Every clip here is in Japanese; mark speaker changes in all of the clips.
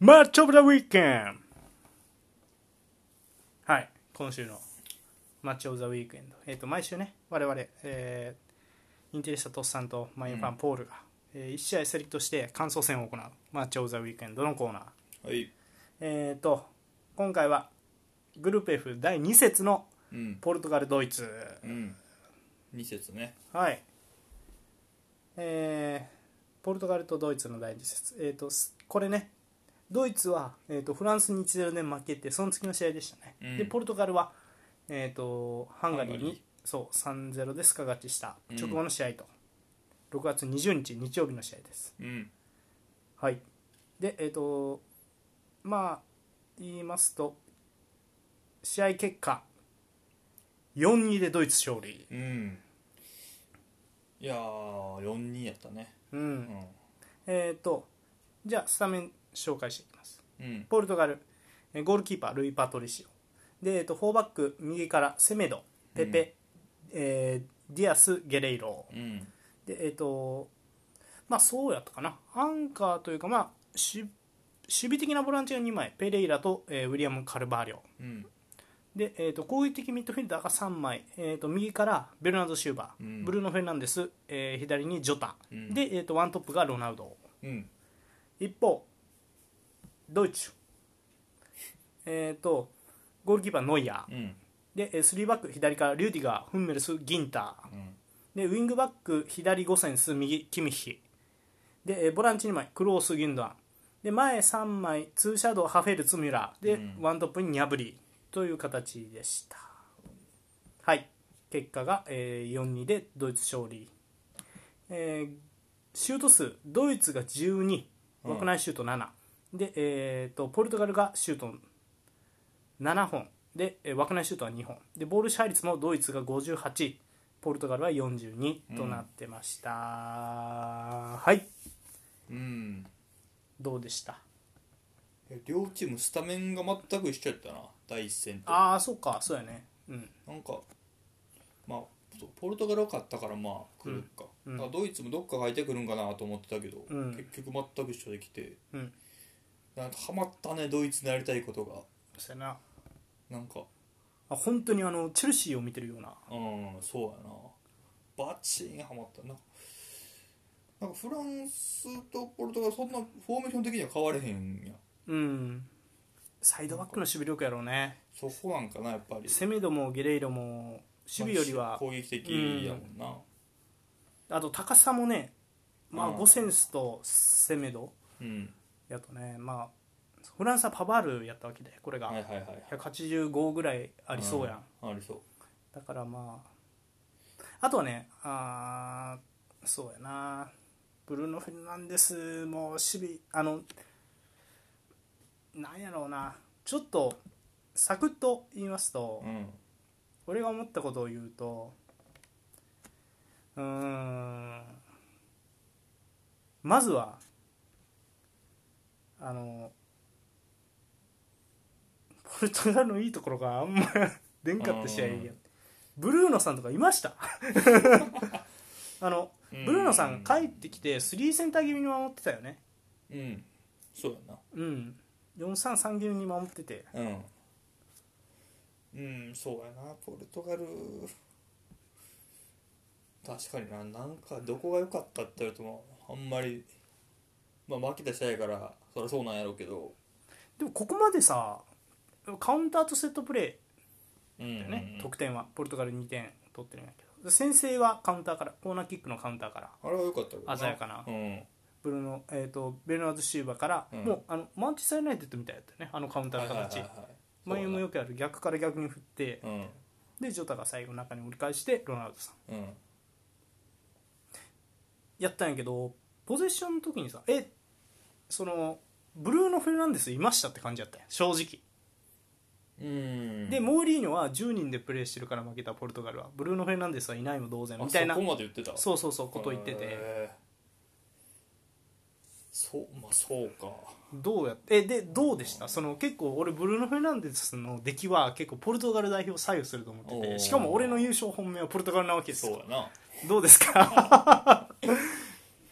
Speaker 1: マッチョ・オブ・ザ・ウィーケンはい今週のマッチ・オブ・ザ・ウィークエンド、えー、と毎週ね我々、えーインテリスタ・トッサンとマインファン・ポールが、え1試合セレクトして感想戦を行うマッチ・オブ・ザ・ウィークエンドのコーナー
Speaker 2: はい
Speaker 1: えっ、と今回はグループ F 第2節の
Speaker 2: うん
Speaker 1: ポルトガル・ドイツ
Speaker 2: うん2節ね
Speaker 1: はいえーポルトガルとドイツの第2節、えー、とすこれねドイツは、えー、とフランスに1 0で負けてその次の試合でしたね、
Speaker 2: うん
Speaker 1: でポルトガルは、えー、とハンガリー
Speaker 2: ハンガリ
Speaker 1: にそう3 0でスカ勝ちした
Speaker 2: うん
Speaker 1: 直後の試合と、6月20日日曜日の試合です
Speaker 2: うん
Speaker 1: はいでえっ、とまあ言いますと試合結果4-2でドイツ勝利、
Speaker 2: うんいやー4-2やったね
Speaker 1: うん
Speaker 2: うん
Speaker 1: えっ、とじゃあスタメン紹介していきます
Speaker 2: うん
Speaker 1: ポルトガルえーゴールキーパールイ・パトリシオで、えー、とフォーバック右からセメドペペ、えーディアス・ゲレイロ
Speaker 2: うん
Speaker 1: でえっ、とまあそうやったかなアンカーというかまあし守備的なボランチが2枚ペレイラと、えーウィリアム・カルバーリョ
Speaker 2: うん
Speaker 1: で、えー、と攻撃的ミッドフィルダーが3枚、えー、と右からベルナード・シューバー、
Speaker 2: うん
Speaker 1: ブルーノ・フェルナンデス、えー左にジョタ、
Speaker 2: うん
Speaker 1: で、えー、とワントップがロナウド
Speaker 2: うん
Speaker 1: 一方ドイツえっ、とゴールキーパーノイヤー、
Speaker 2: うん
Speaker 1: でえースリーバック左からリューディガーフンメルスギンター、でウィングバック左ゴセンス右キミッヒでえーボランチ2枚クロース・ギュンドアンで前3枚ツーシャドウハフェルツ・ミュラーで、
Speaker 2: うん
Speaker 1: ワントップにニャブリという形でしたはい結果が、えー4-2でドイツ勝利、えーシュート数ドイツが12枠内シュート7、で、えー、とポルトガルがシュート7本で、えー枠内シュートは2本でボール支配率もドイツが58ポルトガルは42となってました、はい
Speaker 2: うん
Speaker 1: どうでした
Speaker 2: え両チームスタメンが全く一緒やったな第一戦と
Speaker 1: ああそうかそうやねうん
Speaker 2: なんかまあそうポルトガルが勝ったからまあ来るか,、
Speaker 1: うん
Speaker 2: なんかドイツもどっか入ってくるんかなと思ってたけど、
Speaker 1: うん
Speaker 2: 結局全く一緒できて
Speaker 1: うん
Speaker 2: なんかハマったねドイツのやりたいことが
Speaker 1: そうやな
Speaker 2: なんか
Speaker 1: あ本当にあのチェルシーを見てるような
Speaker 2: うんそうやなバチーンハマったななんかフランスとポルトガルそんなフォーメーション的には変われへんやん
Speaker 1: うんサイドバックの守備力やろうね
Speaker 2: そこなんかなやっぱり
Speaker 1: セメドもゲレイロも守備より
Speaker 2: ま
Speaker 1: は
Speaker 2: あ攻撃的やもんな、
Speaker 1: あと高さもね、まあ、
Speaker 2: うん
Speaker 1: ゴセンスとセメド
Speaker 2: うん、
Speaker 1: やとね、まあ、フランスはパバールやったわけでこれが
Speaker 2: はいはいはい
Speaker 1: 185ぐらいありそうやん、
Speaker 2: うんありそう
Speaker 1: だからまああとはねあーそうやなブルーノ・フェルナンデスも守備あのなんやろうなちょっとサクッと言いますと、
Speaker 2: うん
Speaker 1: 俺が思ったことを言うとうーんまずはあのポルトガルのいいところがあんま出んかった試合や
Speaker 2: うん
Speaker 1: ブルーノさんとかいました あのブルーノさん帰ってきて3センター気味に守ってたよね
Speaker 2: うんそうや
Speaker 1: うん433気味に守ってて
Speaker 2: なうんうんそうやなポルトガル確かにななんかどこが良かったって言われてもあんまりまあ負けた試合やからそりゃそうなんやろうけど
Speaker 1: でもここまでさカウンターとセットプレー
Speaker 2: うん
Speaker 1: だよ
Speaker 2: うん
Speaker 1: ね
Speaker 2: うん
Speaker 1: 得点はポルトガル2点取ってるんやけど先制はカウンターからコーナーキックのカウンターから
Speaker 2: あれは良かったけど
Speaker 1: 鮮やかな
Speaker 2: うん
Speaker 1: ブルーノ、えー、とベルナード・シューバーから、
Speaker 2: うん
Speaker 1: もうあのマンチェスター・ユナイテッドみたいだったよねあのカウンターの形
Speaker 2: はいはいはいはい
Speaker 1: 前もよくある逆から逆に振って
Speaker 2: そうやな
Speaker 1: でジョタが最後中に折り返してロナウドさん
Speaker 2: うんうん
Speaker 1: やったんやけどポゼッションの時にさえそのブルーノ・フェルナンデスいましたって感じだったよ正直
Speaker 2: うん
Speaker 1: でモーリーニョは10人でプレーしてるから負けたポルトガルはブルーノ・フェルナンデスはいないも同然みたいな
Speaker 2: あそこまで言ってた
Speaker 1: そうそうそうこと言ってて、
Speaker 2: へーそうまあそうか
Speaker 1: どうやってえでどうでしたその結構俺ブルーノ・フェルナンデスの出来は結構ポルトガル代表を左右すると思って
Speaker 2: お
Speaker 1: て
Speaker 2: ー
Speaker 1: しかも俺の優勝本命はポルトガルなわけです
Speaker 2: そう
Speaker 1: よ
Speaker 2: やな
Speaker 1: どうですか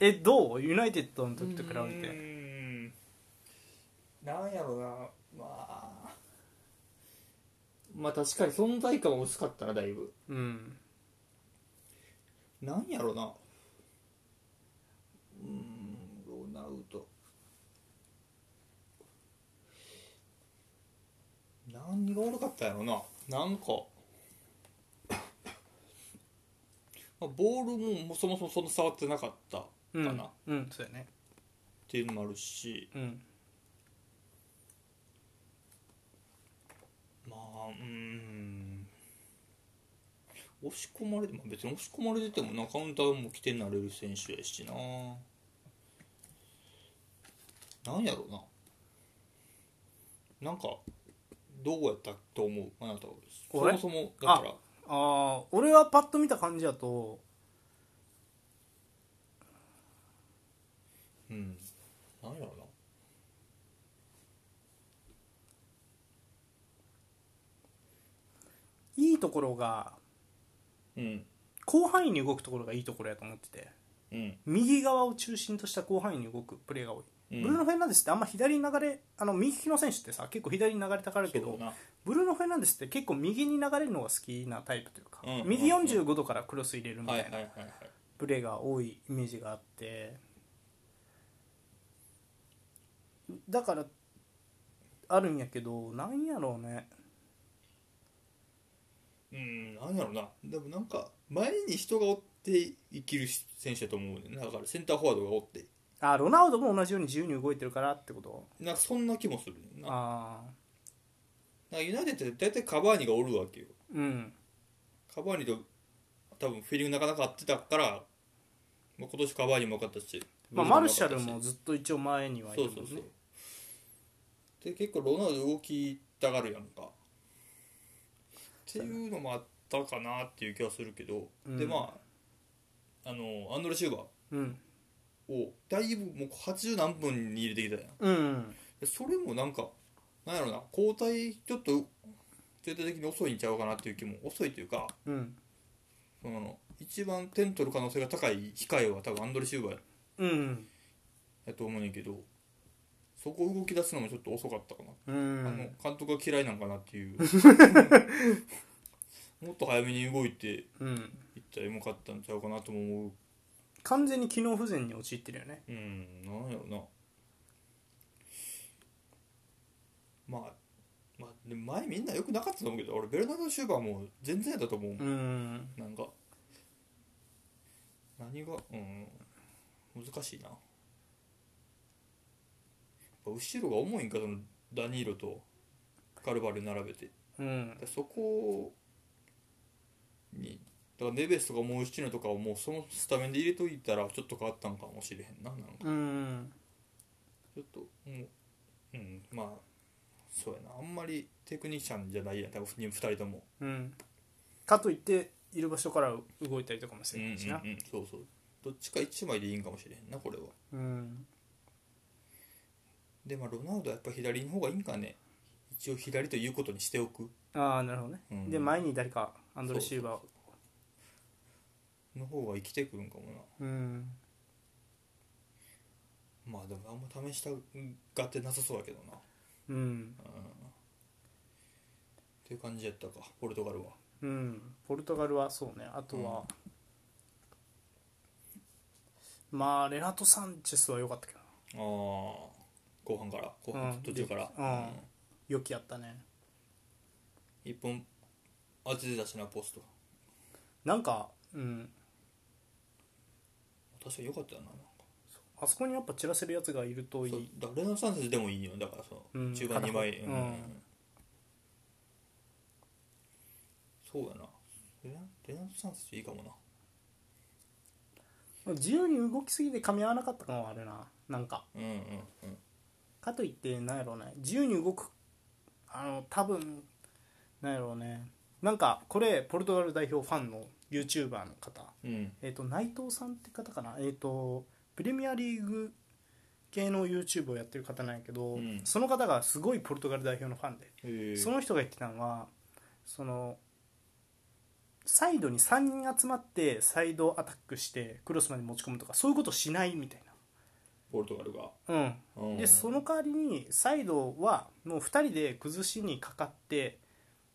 Speaker 1: えどうユナイテッドの時と比べ
Speaker 2: う
Speaker 1: て
Speaker 2: ーんなんやろなまあ
Speaker 3: まあ確かに存在感は薄かったなだいぶ
Speaker 1: うん
Speaker 2: なんやろなうーんロナウド何が悪かったんやろななんかまあボールももうそもそもそんな触ってなかったか
Speaker 1: うん
Speaker 2: な、っ
Speaker 1: うんそうやね
Speaker 2: ていうのもあるし
Speaker 1: うん
Speaker 2: まあうーん押し込まれて、まあ、別に押し込まれててもなカウンターも来てなれる選手やしななんやろうななんかどうやったと思うあなたはそ
Speaker 1: 俺
Speaker 2: もそもだから
Speaker 1: ああ俺はパッと見た感じだと
Speaker 2: うんなんやろうな
Speaker 1: いいところが
Speaker 2: うん
Speaker 1: 広範囲に動くところがいいところやと思ってて
Speaker 2: うん
Speaker 1: 右側を中心とした広範囲に動くプレーが多い、
Speaker 2: うん
Speaker 1: ブルーノ・フェルナンデスってあんま左に流れあの右利きの選手ってさ結構左に流れたがるけ
Speaker 2: そう
Speaker 1: ど
Speaker 2: だな
Speaker 1: ブルーノ・フェルナンデスって結構右に流れるのが好きなタイプというか、
Speaker 2: うん
Speaker 1: 右45度からクロス入れるみた
Speaker 2: はいい
Speaker 1: な、
Speaker 2: はいはいはい
Speaker 1: プレーが多いイメージがあってだからあるんやけどなんやろうね
Speaker 2: うんなんやろうなでもなんか前に人がおって生きる選手だと思うねんなだからセンターフォワードがおって
Speaker 1: あロナウドも同じように自由に動いてるからってこと
Speaker 2: なんかそんな気もするねんな
Speaker 1: ああ
Speaker 2: なんかユナイテッドって大体カバーニがおるわけよ
Speaker 1: うん
Speaker 2: カバーニと多分フィーリングなかなか合ってたから、まあ、今年カバーニも分かったし、
Speaker 1: まあ、
Speaker 2: ブルーノ
Speaker 1: マルシャル
Speaker 2: 良
Speaker 1: も
Speaker 2: かっ
Speaker 1: ずっと一応前には
Speaker 2: た
Speaker 1: い
Speaker 2: し
Speaker 1: る
Speaker 2: そう
Speaker 1: もん
Speaker 2: そ
Speaker 1: ね
Speaker 2: うそうで結構ロナウド動きたがるやんかっていうのもあったかなっていう気はするけど、
Speaker 1: うん
Speaker 2: でまああのアンドレ・シューバ
Speaker 1: うん
Speaker 2: ーをだいぶもう80何分に入れてきたやん
Speaker 1: うん
Speaker 2: でそれもなんかなんやろうな交代ちょっと全体的に遅いんちゃうかなっていう気も遅いというか
Speaker 1: うん
Speaker 2: その一番点取る可能性が高い控えは多分アンドレ・シューバー
Speaker 1: うん
Speaker 2: やと思うねんけどそこ動き出すのもちょっと遅かったかな、
Speaker 1: う
Speaker 2: あの
Speaker 1: ん
Speaker 2: 監督が嫌いなんかなっ ていうもっと早めに動いてい
Speaker 1: うん
Speaker 2: ったらよかったんちゃうかなとも思う
Speaker 1: 完全に機能不全に陥ってるよね
Speaker 2: うんなんやろなまあまあ、でも前みんな良くなかったと思うけど俺ベルナルド・シューバーも全然やったと思う
Speaker 1: うん
Speaker 2: なんか何がうん難しいなやっぱ後ろが重いんかそのダニーロとカルバル並べて
Speaker 1: うん
Speaker 2: でそこにだからネベスとかモイスチーノとかをもうそのスタメンで入れといたらちょっと変わったんかもしれへんななんか
Speaker 1: うん
Speaker 2: ちょっともううんまあそうやなあんまりテクニシャンじゃないやん多分2人とも
Speaker 1: うんかといっている場所から動いたりとかもし
Speaker 2: うん
Speaker 1: れ
Speaker 2: うんう
Speaker 1: ないしなん
Speaker 2: そうそうどっちか1枚でいいんかもしれへんなこれは
Speaker 1: うん
Speaker 2: でまあロナウドはやっぱ左の方がいいんかね一応左ということにしておく
Speaker 1: ああなるほどね
Speaker 2: うん
Speaker 1: で前に誰かアンドレ・シューバー
Speaker 2: そうの方が生きてくるんかも
Speaker 1: うん
Speaker 2: なまあでもあんま試したがってなさそうだけどな
Speaker 1: うん
Speaker 2: うんっていう感じやったかポルトガルは
Speaker 1: うんポルトガルはそうねあとはまあレナト・サンチェスは良かったけどな
Speaker 2: ああ後半から後
Speaker 1: う
Speaker 2: 半
Speaker 1: ん
Speaker 2: 途中から、
Speaker 1: うん良きやったね
Speaker 2: 一本当ててたしなポスト
Speaker 1: なんかうん
Speaker 2: 確かに良かったよななんか
Speaker 1: あそこにやっぱ散らせるやつがいるとい
Speaker 2: そう
Speaker 1: い
Speaker 2: だからレナ・サンセスでもいいよだからその、
Speaker 1: うん
Speaker 2: 中盤2枚、
Speaker 1: う
Speaker 2: うんんそうやなレナレナ・サンセスいいかもな
Speaker 1: 自由に動きすぎて噛み合わなかった感はあるななんか
Speaker 2: うんうんうん
Speaker 1: かといってなんやろうね自由に動くあの多分なんやろうねなんかこれポルトガル代表ファンの YouTuber の方
Speaker 2: うん
Speaker 1: えっ、と内藤さんって方かなえっ、とプレミアリーグ系の YouTube をやってる方なんやけど、
Speaker 2: うん
Speaker 1: その方がすごいポルトガル代表のファンで
Speaker 2: へえ
Speaker 1: その人が言ってたのはそのサイドに3人集まってサイドアタックしてクロスまで持ち込むとかそういうことしないみたいな
Speaker 2: ポルトガルが、
Speaker 1: うん、
Speaker 2: うん、
Speaker 1: でその代わりにサイドはもう2人で崩しにかかって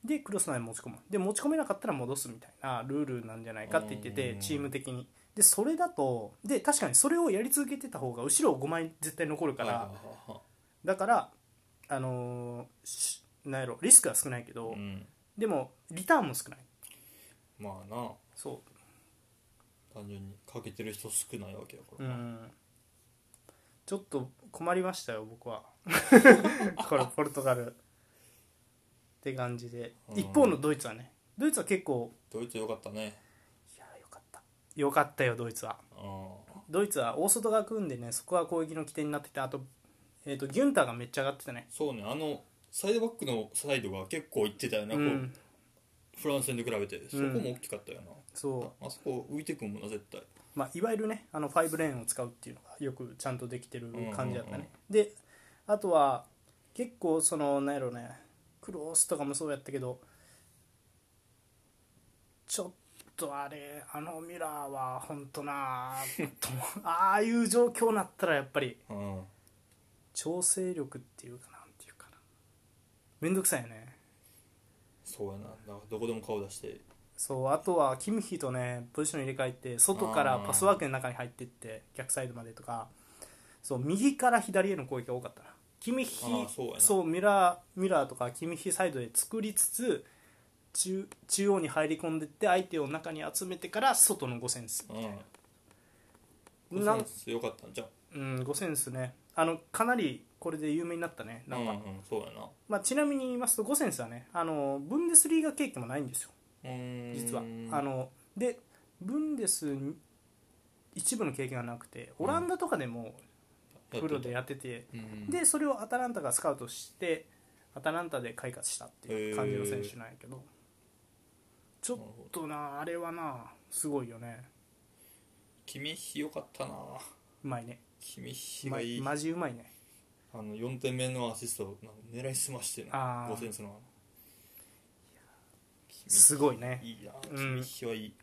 Speaker 1: でクロスまで持ち込むで持ち込めなかったら戻すみたいなルールなんじゃないかって言ってて
Speaker 2: うん
Speaker 1: チーム的にでそれだとで確かにそれをやり続けてた方が後ろ5枚絶対残るから、
Speaker 2: はいはいは
Speaker 1: だからあのーしなんやろリスクは少ないけど、
Speaker 2: いはいうん、
Speaker 1: でもリターンも少ない
Speaker 2: まあな
Speaker 1: そ
Speaker 2: 単純にかけてる人少ないわけやか
Speaker 1: う
Speaker 2: ら
Speaker 1: う
Speaker 2: な、
Speaker 1: んちょっと困りましたよ僕 はこれポルトガルって感じで
Speaker 2: うん
Speaker 1: 一方のドイツはねドイツは結構
Speaker 2: ドイツよかったね
Speaker 1: いやよかったよかったよドイツは
Speaker 2: うん
Speaker 1: ドイツは大外が組んでねそこは攻撃の起点になっててあと,、えー、とギュンターがめっちゃ上がってたね
Speaker 2: そうねあのサイドバックのサイドが結構いってたよな、
Speaker 1: う
Speaker 2: こ
Speaker 1: ん
Speaker 2: うフランス戦で比べてそこも大きかったよな、
Speaker 1: そう
Speaker 2: あそこ浮いてくんもんな絶対
Speaker 1: まあ、いわゆるねあの5レーンを使うっていうのがよくちゃんとできてる感じだったね、
Speaker 2: うんうん
Speaker 1: であとは結構そのなんやろねクロスとかもそうやったけどちょっとあれあのミラーは本当なあと思う ああいう状況になったらやっぱり
Speaker 2: うん
Speaker 1: 調整力っていうかなんていうかなめんどくさいよね
Speaker 2: そうやなだからどこでも顔出して
Speaker 1: そうあとはキムヒとねポジション入れ替えて外からパスワークの中に入っていって逆サイドまでとかそう右から左への攻撃が多かったなキムヒ
Speaker 2: あーそうやな
Speaker 1: ミラーミラーとかキムヒサイドで作りつつ中中央に入り込んでって相手を中に集めてから外の5センス
Speaker 2: うん
Speaker 1: な
Speaker 2: なんんよかったんじゃん
Speaker 1: うん5センスねあのかなりこれで有名になったねなんか、
Speaker 2: うんうんそうやな
Speaker 1: まあ、ちなみに言いますと5センスはねあのブンデスリーガ経験もないんですよ
Speaker 2: うーん
Speaker 1: 実はあのでブンデスに一部の経験がなくてオランダとかでも
Speaker 2: やっ
Speaker 1: プロで
Speaker 2: て
Speaker 1: やってて、
Speaker 2: たうん
Speaker 1: でそれをアタランタがスカウトしてアタランタで開花したっていう感じの選手なんやけど、ちょっとなあれはなすごいよね
Speaker 2: 君ひよかったな
Speaker 1: うまいね
Speaker 2: 君ひ
Speaker 1: う
Speaker 2: が
Speaker 1: ま
Speaker 2: い
Speaker 1: い
Speaker 2: い
Speaker 1: マジうまいね
Speaker 2: あの4点目のアシストなんか狙いすまして
Speaker 1: あ
Speaker 2: な
Speaker 1: ー
Speaker 2: 5センスのあの君
Speaker 1: すごいね
Speaker 2: いいな
Speaker 1: うん
Speaker 2: 君ひはいい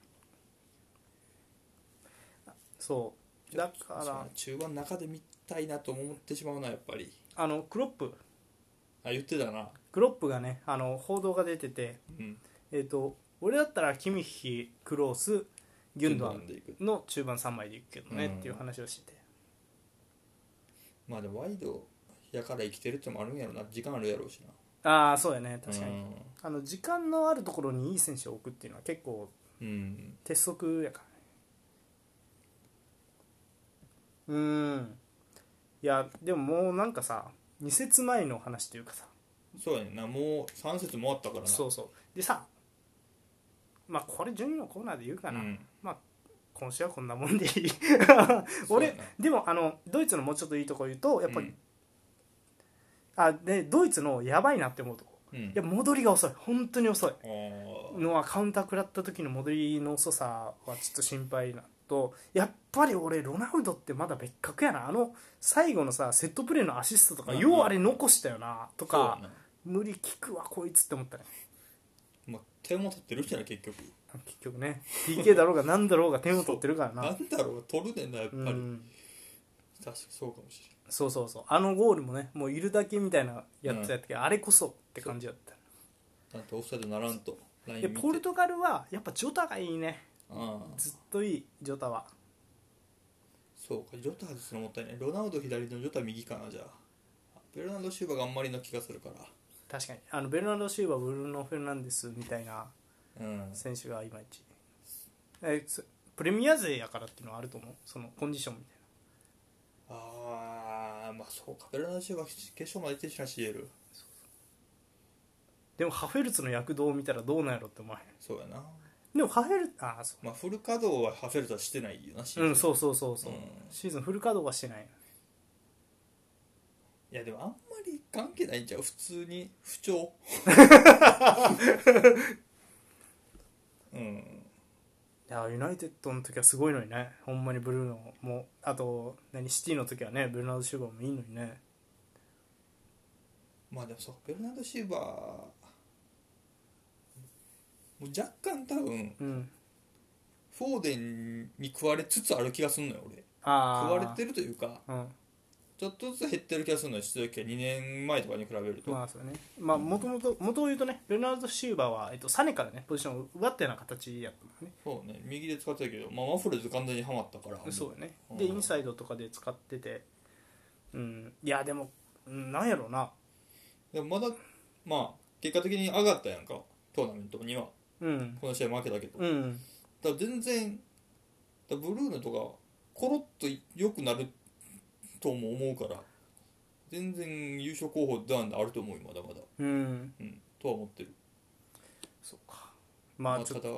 Speaker 1: そうだか
Speaker 2: そう
Speaker 1: ら
Speaker 2: ね中盤中で見たいなと思ってしまうなやっぱり
Speaker 1: あのクロップ
Speaker 2: あ言ってたな
Speaker 1: クロップがねあの報道が出てて
Speaker 2: うん
Speaker 1: えっ、と俺だったらキミッヒクロースギュンドアン
Speaker 2: 順番でいく
Speaker 1: の中盤3枚でいくけどね、
Speaker 2: うん
Speaker 1: っていう話をしてて
Speaker 2: まあでもワイドやから生きてるってのもあるんやろな時間あるやろうしな
Speaker 1: ああそうやね確かに、
Speaker 2: うん
Speaker 1: あの時間のあるところにいい選手を置くっていうのは結構
Speaker 2: うん
Speaker 1: 鉄則やからねうーんいやでももうなんかさ2節前の話というかさ
Speaker 2: そうやねんなもう3節もあったからな
Speaker 1: そうそうでさまあこれ順位のコーナーで言うかな、
Speaker 2: うん
Speaker 1: 今週はこんなもんでい い
Speaker 2: そうや
Speaker 1: 俺
Speaker 2: な
Speaker 1: でもあのドイツのもうちょっといいとこ言うとやっぱり、
Speaker 2: うん
Speaker 1: あでドイツのやばいなって思うとこ
Speaker 2: うん
Speaker 1: いや戻りが遅い本当に遅い
Speaker 2: あー
Speaker 1: のはカウンター食らった時の戻りの遅さはちょっと心配なとやっぱり俺ロナウドってまだ別格やなあの最後のさセットプレーのアシストとか、
Speaker 2: うんうん
Speaker 1: ようあれ残したよなと
Speaker 2: そうや
Speaker 1: か
Speaker 2: な
Speaker 1: 無理聞くわこいつって思ったね
Speaker 2: まあ、点も取ってるしな結局
Speaker 1: 結局ね PK だろうが何だろうが点を取ってるから
Speaker 2: な
Speaker 1: なん
Speaker 2: だろう取るねんなやっぱ
Speaker 1: う
Speaker 2: り、
Speaker 1: ん
Speaker 2: 確かにそうかもし
Speaker 1: そうそうそうあのゴールもねもういるだけみたいなやつやったけど、あれこそって感じだった
Speaker 2: れんだってオフサイドならんとライン
Speaker 1: で
Speaker 2: 見て
Speaker 1: ポルトガルはやっぱジョタがいいね
Speaker 2: ああ
Speaker 1: ずっといいジョタは
Speaker 2: そうかジョタ外すのもったいないロナウド左のジョタ右かなじゃあベルナード・シューバーがあんまりな気がするから
Speaker 1: 確かにあのベルナルド・シューバーブルーノ・フェルナンデスみたいな
Speaker 2: うん
Speaker 1: 選手がいまいちえそプレミア勢やからっていうのはあると思うそのコンディションみたいな
Speaker 2: ああまあそうかベルナード・シューバー決勝まで行ってるしな CL
Speaker 1: でもハフェルツの躍動を見たらどうなんやろって思わへん
Speaker 2: そうやな
Speaker 1: でもハフェルああそ
Speaker 2: まあフル稼働はハフェルトはしてないよな CL
Speaker 1: ううんそうそうそうそう、
Speaker 2: うん
Speaker 1: シーズンフル稼働はしてない
Speaker 2: いやでもあんまり関係ないんちゃう普通に 不調うん
Speaker 1: いやユナイテッドの時はすごいのにねほんまにブルーノもあと何シティの時はねブルーナルド・シューバーもいいのにね
Speaker 2: まあでもそうベルナード・シーバーもう若干多分
Speaker 1: うん
Speaker 2: フォーデンに食われつつある気がすんのよ俺
Speaker 1: ああ
Speaker 2: 食われてるというか
Speaker 1: うん
Speaker 2: ちょっとずつ減ってる気がするのよ出力が2年前とかに比べると、
Speaker 1: まあそうだねまあもともと元を言うとねレナルド・シューバーは、えっと、サネからねポジションを奪ったような形やったもんね
Speaker 2: そうね右で使ってたけど、まあ、ワッフルズ完全にはまったから
Speaker 1: そう
Speaker 2: ね
Speaker 1: だねでインサイドとかで使っててうんいやでもうんなんやろうな
Speaker 2: でもまだまあ結果的に上がったやんかトーナメントには
Speaker 1: うん
Speaker 2: この試合負けたけど、だか
Speaker 1: うん
Speaker 2: ら全然だからブルーノとかコロッと良くなるとも思うから全然優勝候補ではあると思うよまだまだ、
Speaker 1: うん
Speaker 2: うん、とは思ってる
Speaker 1: そうかまあちょっと
Speaker 2: ただ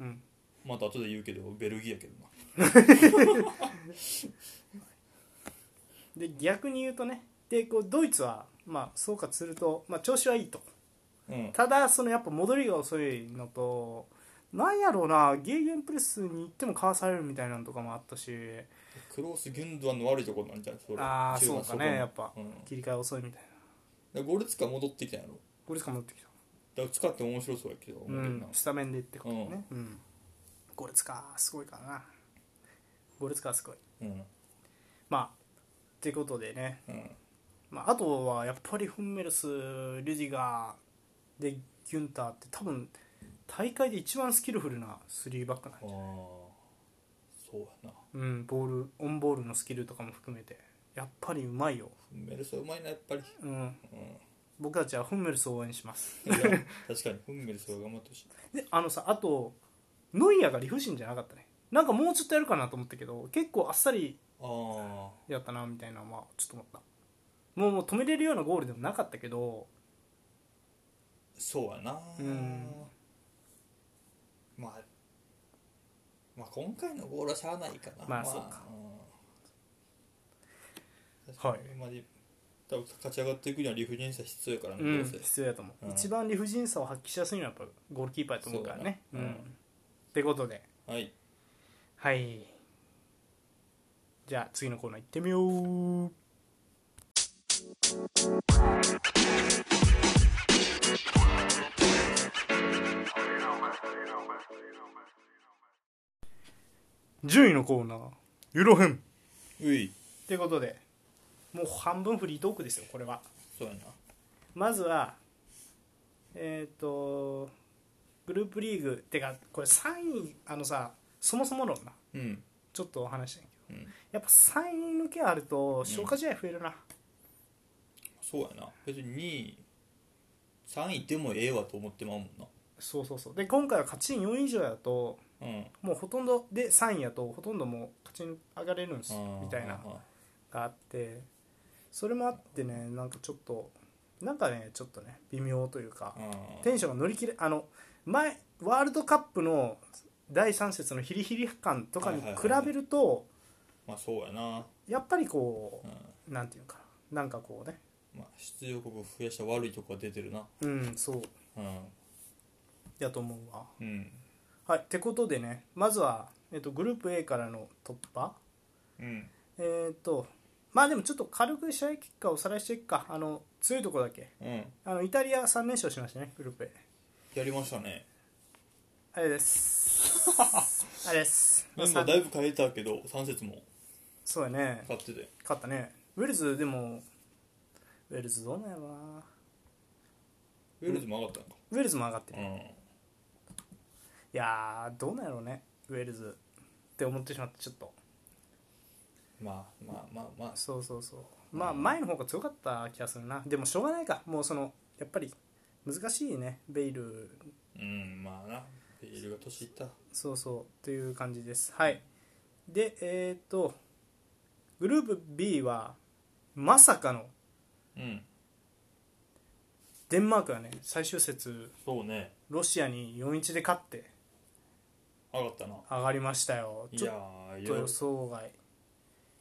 Speaker 1: うん
Speaker 2: また後で言うけどベルギーやけどな
Speaker 1: で逆に言うとねでこうドイツは、まあ、総括すると、まあ、調子はいいと
Speaker 2: うん
Speaker 1: ただそのやっぱ戻りが遅いのとなんやろうなゲーゲンプレスに行ってもかわされるみたいなのとかもあったし
Speaker 2: クロース・ギュンドアンの悪いところなんじゃんそれ
Speaker 1: ああ
Speaker 2: 中
Speaker 1: そ
Speaker 2: 盤
Speaker 1: うかねやっぱ、
Speaker 2: うん
Speaker 1: 切り替え遅いみたいな
Speaker 2: でゴルツカ戻ってきたんやろ
Speaker 1: これしか戻ってきた
Speaker 2: だから使っても面白そうやけど、
Speaker 1: う
Speaker 2: 思うけど
Speaker 1: ん
Speaker 2: な、
Speaker 1: スタメンでってことね、うんゴレツカすごいからなゴレツカすごい
Speaker 2: うん
Speaker 1: まあってことでね、
Speaker 2: うん
Speaker 1: まあ、あとはやっぱりフンメルスルディガーでギュンターって多分大会で一番スキルフルな3バックなん
Speaker 2: ああそうやな
Speaker 1: うんボールオンボールのスキルとかも含めてやっぱりうまいよ、
Speaker 2: メルスはうまいなやっぱり、
Speaker 1: うん、
Speaker 2: うん、
Speaker 1: 僕たちはフンメルスを応援します
Speaker 2: いや確かにフンメルスは頑張ってほしい
Speaker 1: であのさあとノイアーが理不尽じゃなかったねなんかもうちょっとやるかなと思ったけど結構あっさり
Speaker 2: あ
Speaker 1: やったなみたいなのはちょっと思ったもうもう止めれるようなゴールでもなかったけど
Speaker 2: あそうやな
Speaker 1: うん
Speaker 2: まあまあ今回のゴールはしゃあないかな
Speaker 1: まあそうか、
Speaker 2: うん確かにまあで多分勝ち上がっていくには理不尽さ必要やから
Speaker 1: う
Speaker 2: ね、どうんせ
Speaker 1: 必要やと思う、
Speaker 2: うん
Speaker 1: 一番理不尽さを発揮しやすいのはやっぱゴールキーパーやと思うからね
Speaker 2: そううだ
Speaker 1: ん、
Speaker 2: ね
Speaker 1: っ
Speaker 2: うん
Speaker 1: てことで
Speaker 2: はい
Speaker 1: はいじゃあ次のコーナー行ってみよう順位のコーナーユロ編
Speaker 2: うい
Speaker 1: ということでもう半分フリートークですよこれは
Speaker 2: そうやな
Speaker 1: まずはえっ、とグループリーグてかこれ3位あのさそもそも論な
Speaker 2: うん
Speaker 1: ちょっとお話したいけど、
Speaker 2: うん
Speaker 1: やっぱ3位抜けあると消化試合増えるな、
Speaker 2: そうやな別に2位3位でもええわと思ってまうもんな
Speaker 1: そうそうそうで今回は勝ち4位以上だと
Speaker 2: うん
Speaker 1: もうほとんどで3位やとほとんどもう勝ち上がれるんですみたいな
Speaker 2: あー
Speaker 1: があってそれもあってねなんかちょっとなんかねちょっとね微妙というか
Speaker 2: あー
Speaker 1: テンションが乗り切れあの前ワールドカップの第3節のヒリヒリ感とかに比べると
Speaker 2: まあそうやな、
Speaker 1: やっぱりこ
Speaker 2: うん
Speaker 1: うなんていうのかななんかこうね
Speaker 2: まあ、出場国増やした悪いとこは出てるな
Speaker 1: うんそう
Speaker 2: うん
Speaker 1: やと思うわ
Speaker 2: うん
Speaker 1: はいってことでねまずは、えっと、グループ A からの突破
Speaker 2: うん
Speaker 1: えーっとまあでもちょっと軽く試合結果をおさらいしていくかあの強いところだけ
Speaker 2: うん
Speaker 1: あのイタリア3連勝しましたねグループ A
Speaker 2: やりましたね
Speaker 1: あれです あれです
Speaker 2: メンバーだいぶ変えたけど3節も
Speaker 1: そうやね
Speaker 2: 勝ってて
Speaker 1: 勝ったねウェールズでもウェールズどうなんやろな
Speaker 2: ウェールズも上がったんか
Speaker 1: ウェールズも上がって
Speaker 2: う
Speaker 1: る、い
Speaker 2: ん
Speaker 1: やーどうなんやろうねウェールズって思ってしまってちょっと
Speaker 2: まあまあまあまあ
Speaker 1: そうそうそうまあ前の方が強かった気がするなでもしょうがないかもうそのやっぱり難しいねベイル
Speaker 2: うんまあなベイルが年いった
Speaker 1: そうそうという感じですはいでえっ、とグループ B はまさかの
Speaker 2: うん
Speaker 1: デンマークがね最終節
Speaker 2: そうね
Speaker 1: ロシアに4-1で勝って
Speaker 2: 上がったな
Speaker 1: 上がりましたよ
Speaker 2: い
Speaker 1: ちょ
Speaker 2: や
Speaker 1: っ
Speaker 2: ー
Speaker 1: と
Speaker 2: よ
Speaker 1: 予想外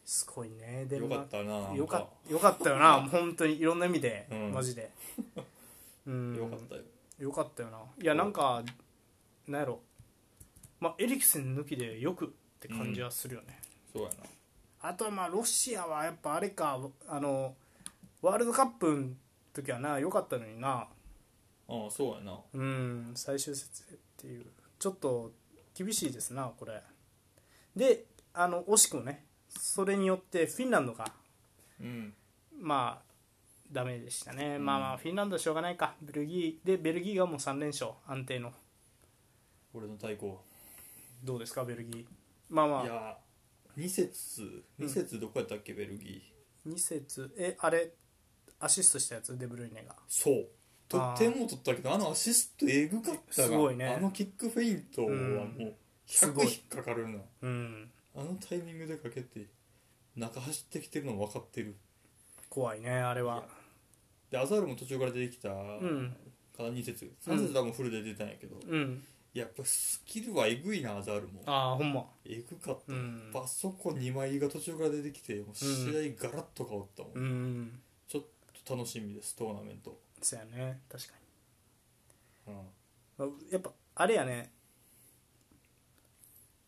Speaker 1: すごいねデン
Speaker 2: よ
Speaker 1: マ
Speaker 2: か
Speaker 1: ー
Speaker 2: ったなな
Speaker 1: ク
Speaker 2: んか
Speaker 1: よかよかったよな 本当にいろんな意味で、
Speaker 2: うん
Speaker 1: マジ でうん
Speaker 2: よかったよ
Speaker 1: よかったよないやなんかなんやろ、まあ、エリクセン抜きでよくって感じはするよね、
Speaker 2: そうやな
Speaker 1: あとはまあロシアはやっぱあれかあのワールドカップの時はな良かったのにな
Speaker 2: ああそうやな
Speaker 1: うん最終節っていうちょっと厳しいですなこれであの惜しくもねそれによってフィンランドが
Speaker 2: うん
Speaker 1: まあダメでしたね、まあまあフィンランドはしょうがないかベルギーでベルギーがもう3連勝安定の
Speaker 2: 俺の対抗
Speaker 1: どうですかベルギーまあま
Speaker 2: い
Speaker 1: あ
Speaker 2: や2節2節どこやったっけベルギー
Speaker 1: 2節えあれアシストしたやつデブルイネが
Speaker 2: そう
Speaker 1: あ
Speaker 2: 得
Speaker 1: ー
Speaker 2: 点も取ったけどあのアシストえぐかったが
Speaker 1: すごいね
Speaker 2: あのキックフェイントはもう
Speaker 1: すごい
Speaker 2: 100引っかかるな
Speaker 1: うん
Speaker 2: あのタイミングでかけて中走ってきてるの分かってる
Speaker 1: 怖いねあれはい
Speaker 2: やでアザールも途中から出てきたか
Speaker 1: うん
Speaker 2: ら2節3節はもうフルで出たんやけど、
Speaker 1: うん
Speaker 2: やっぱスキルはえぐいなアザールも
Speaker 1: ああほんま
Speaker 2: えぐかった、
Speaker 1: う
Speaker 2: やっ
Speaker 1: ん
Speaker 2: ぱあそこ2枚が途中から出てきてもう試合ガラッと変わったもん、
Speaker 1: うん
Speaker 2: ちょっと楽しみですトーナメント、
Speaker 1: そうやね確かに
Speaker 2: うん、
Speaker 1: まあやっぱあれやね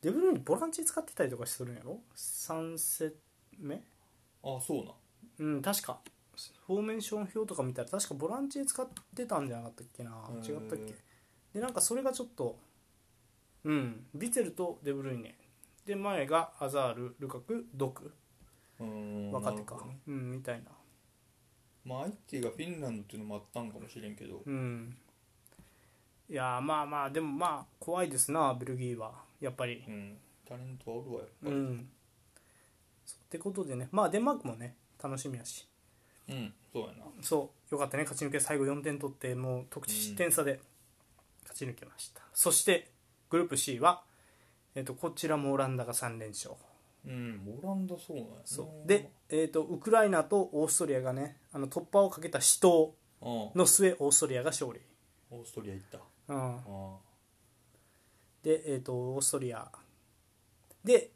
Speaker 1: デブルイネボランチ使ってたりとかするんやろ3節目
Speaker 2: ああそうな
Speaker 1: うん確かフォーメーション表とか見たら確かボランチで使ってたんじゃなかったっけな
Speaker 2: うん
Speaker 1: 違ったっけでなんかそれがちょっとうんビツェルとデブルイネで前がアザールルカクドク
Speaker 2: うーん
Speaker 1: 若手
Speaker 2: な
Speaker 1: か
Speaker 2: るほどね
Speaker 1: うんみたいな
Speaker 2: まあ相手がフィンランドっていうのもあったんかもしれんけど、
Speaker 1: うんいやーまあまあでもまあ怖いですなベルギーはやっぱり
Speaker 2: うん、タレントはおるわやっぱ
Speaker 1: う
Speaker 2: り
Speaker 1: んそうってことでねまあデンマークもね楽しみやし
Speaker 2: うん、そうやな
Speaker 1: そうよかったね勝ち抜け最後4点取ってもう得失点差で勝ち抜けました、そしてグループ C は、えっとこちらもオランダが3連勝
Speaker 2: うんオランダそうなんやな
Speaker 1: そうで、えっとウクライナとオーストリアがねあの突破をかけた死闘
Speaker 2: うんオ
Speaker 1: の末オーストリアが勝利、
Speaker 2: ーストリア行った
Speaker 1: うん、
Speaker 2: あ
Speaker 1: で、えっとオーストリアで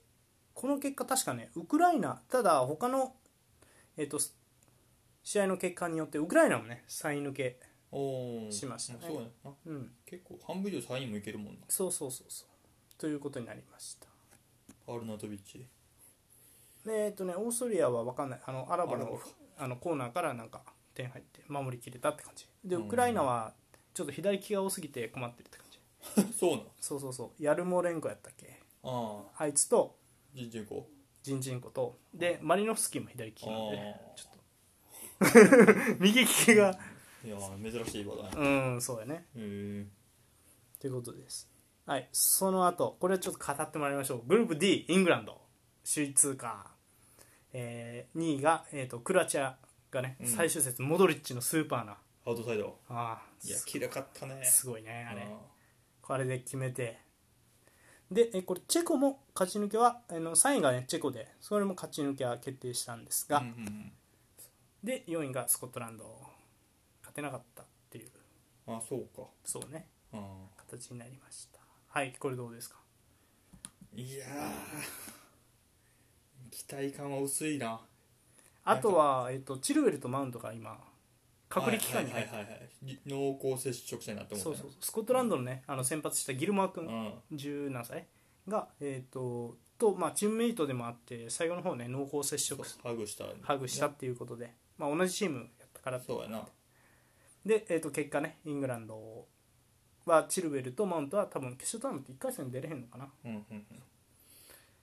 Speaker 1: この結果確かねウクライナただ他の、えっと試合の結果によってウクライナもね3位抜け、
Speaker 2: お
Speaker 1: しましたね
Speaker 2: そうやな
Speaker 1: うん、
Speaker 2: 結構半分以上3位もいけるもんな
Speaker 1: そうそうそうそうということになりました
Speaker 2: アルナトビッチ
Speaker 1: でえっとねオーストリアは分かんないあのアラバ
Speaker 2: アラバ
Speaker 1: の
Speaker 2: か
Speaker 1: あのコーナーからなんか点入って守りきれたって感じで
Speaker 2: う
Speaker 1: ウ
Speaker 2: ん
Speaker 1: クライナはちょっと左利きが多すぎて困ってるって感じ
Speaker 2: そうなん
Speaker 1: そうそうそうヤルモレンコやったっけ
Speaker 2: ああ
Speaker 1: あいつと
Speaker 2: 人人口
Speaker 1: ジンジンコとでマリノフスキーも左利きなんでね
Speaker 2: あー
Speaker 1: ちょっと 右利きが
Speaker 2: いやー珍しい話だね
Speaker 1: うんそうやね
Speaker 2: へ
Speaker 1: ということですはいその後これはちょっと語ってもらいましょうグループ D イングランド首位通過、えー、2位が、えー、とクロアチアがね、
Speaker 2: うん
Speaker 1: 最終節モドリッチのスーパーな
Speaker 2: アウトサイド
Speaker 1: あ
Speaker 2: いや
Speaker 1: ー
Speaker 2: きれかったね
Speaker 1: すごいねあれ
Speaker 2: うん
Speaker 1: これで決めてでえこれチェコも勝ち抜けはあの3位がねチェコでそれも勝ち抜けは決定したんですが、
Speaker 2: うんうんうん
Speaker 1: で4位がスコットランド勝てなかったっていう
Speaker 2: あそうか
Speaker 1: そうね
Speaker 2: うん
Speaker 1: 形になりましたはいこれどうですか
Speaker 2: いやー期待感は薄いな
Speaker 1: あとは、えっと、チルウェルとマウントが今隔離期間に入って
Speaker 2: はいはいはいはいぎ濃厚接触者になっても
Speaker 1: そうそうそうスコットランドのねあの先発したギルモア君
Speaker 2: ん
Speaker 1: 十何歳がえっ、ととまあチームメイトでもあって最後の方ね濃厚接触
Speaker 2: ハグした
Speaker 1: ハグしたっていうことで、まあ、同じチームやったから
Speaker 2: そうやな
Speaker 1: で、えっと結果ねイングランドはチルウェルとマウントは多分決勝トーナメント1回戦出れへんのかな
Speaker 2: うんうんうん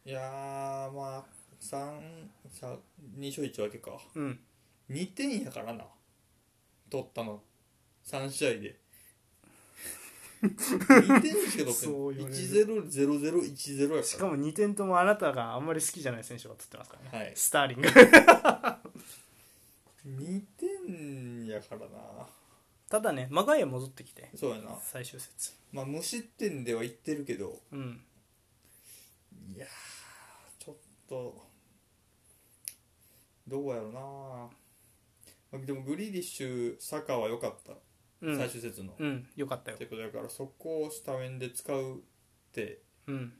Speaker 2: いやーまあ三さ2勝1分けか
Speaker 1: うん
Speaker 2: 2点やからな取ったの3試合で2点しか取ってん
Speaker 1: そう言われる
Speaker 2: 1 0 0 0 1 0や
Speaker 1: し
Speaker 2: か
Speaker 1: かも2点ともあなたがあんまり好きじゃない選手が取ってますからね
Speaker 2: らはい
Speaker 1: スターリン グ
Speaker 2: 2点やからな
Speaker 1: ただねマガイア戻ってきて
Speaker 2: そうやな
Speaker 1: 最終節
Speaker 2: まあ無失点ではいってるけど
Speaker 1: うん
Speaker 2: いやーちょっとどうやろうなまあでもグリーディッシュサカは良かった、
Speaker 1: うん
Speaker 2: 最終節の、っ
Speaker 1: うんよかったよ
Speaker 2: てことやからそこをスタメンで使うって
Speaker 1: うん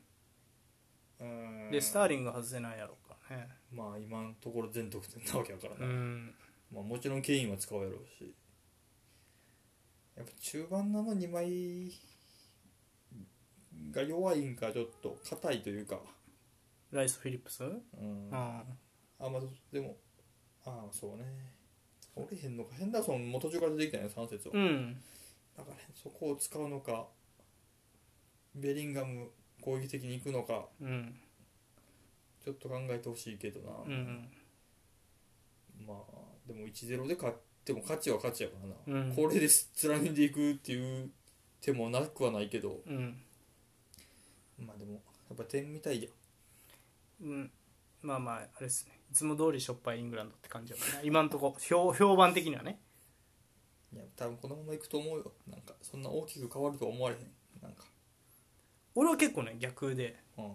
Speaker 2: うーん
Speaker 1: でスターリングは外せないやろうからね
Speaker 2: まあ今のところ全得点なわけやから
Speaker 1: う
Speaker 2: な、
Speaker 1: ん
Speaker 2: まあ、もちろんケインは使うやろうしやっぱ中盤なの2枚が弱いんかちょっと硬いというか
Speaker 1: ライス・フィリップスうん
Speaker 2: うん
Speaker 1: あ
Speaker 2: あまあでもああそうねおれへんのかヘンダーソンも途中から出てきたよね3節を、
Speaker 1: うん
Speaker 2: だからそこを使うのかベリンガム攻撃的に行くのか
Speaker 1: うん
Speaker 2: ちょっと考えてほしいけどな、
Speaker 1: うん
Speaker 2: まあでも1-0で勝っても勝ちは勝ちやからな、
Speaker 1: うん
Speaker 2: これで貫いていくっていう手もなくはないけど
Speaker 1: うん、
Speaker 2: まあでもやっぱ点みたいじ
Speaker 1: うん、まあまああれですねいつも通りしょっぱいイングランドって感じだな今のとこ評評判的にはね
Speaker 2: ゃんいや多分このままいくと思うよなんかそんな大きく変わるとは思われへんなんか
Speaker 1: 俺は結構ね逆で
Speaker 2: うん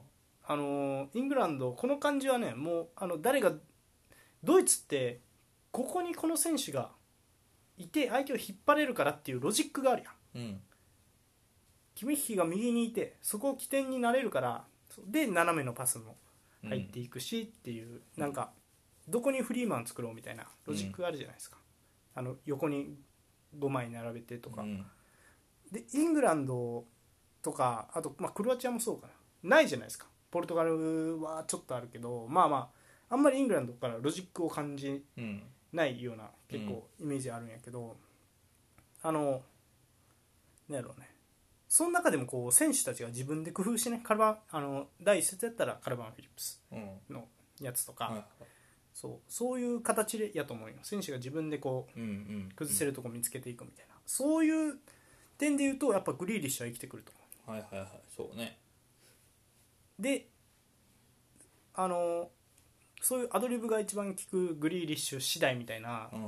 Speaker 1: あのーイングランドこの感じはねもうあの誰がドイツってここにこの選手がいて相手を引っ張れるからっていうロジックがあるやん
Speaker 2: うん
Speaker 1: キミッヒが右にいてそこを起点になれるからで斜めのパスも入っていくしっていう、なんかどこにフリーマン作ろうみたいなロジックがあるじゃないですか、あの横に5枚並べてとか、
Speaker 2: うん
Speaker 1: でイングランドとかあと、まあ、クロアチアもそうかなないじゃないですかポルトガルはちょっとあるけどまあまああんまりイングランドからロジックを感じ
Speaker 2: うん
Speaker 1: ないような結構イメージあるんやけど、あのなんやろうねその中でもこう選手たちが自分で工夫してねカルバンあの第一節やったらカルバン・フィリップス
Speaker 2: うん
Speaker 1: のやつとか、
Speaker 2: は
Speaker 1: そうそういう形でやと思うよ選手が自分でこう
Speaker 2: いうんうん
Speaker 1: 崩せるとこ見つけていくみたいな、そういう点で言うとやっぱグリーリッシュは生きてくると思
Speaker 2: はいはいはいそうね
Speaker 1: うであのそういうアドリブが一番効くグリーリッシュ次第みたいな、
Speaker 2: うん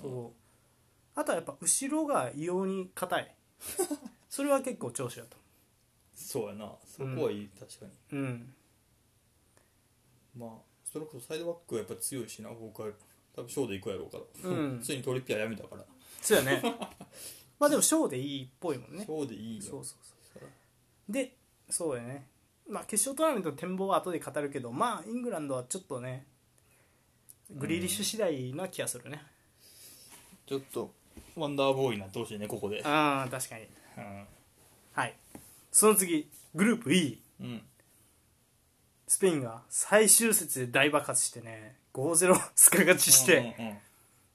Speaker 1: そうあとはやっぱ後ろが異様に硬 いそれは結構長所だと
Speaker 2: そうやなそこはいい、確かに
Speaker 1: 思う うん
Speaker 2: まあそれこそサイドバックはやっぱ強いしな僕は多分ショーで行くやろうから、
Speaker 1: うん
Speaker 2: 普通にトリッピアやめたから、
Speaker 1: そうやねまあでもショーでいいっぽいもんね
Speaker 2: ショーでいいよ
Speaker 1: そうそうそうでそうやねまあ決勝トーナメントの展望は後で語るけどまあイングランドはちょっとねグリーリッシュ次第な気がするね
Speaker 2: ちょっとワンダーボーイになってほしいねここで
Speaker 1: ああ確かに
Speaker 2: うん、
Speaker 1: はいその次グループ E
Speaker 2: うん、
Speaker 1: スペインが最終節で大爆発してね5-0ス カ勝ちして、
Speaker 2: うんうんうん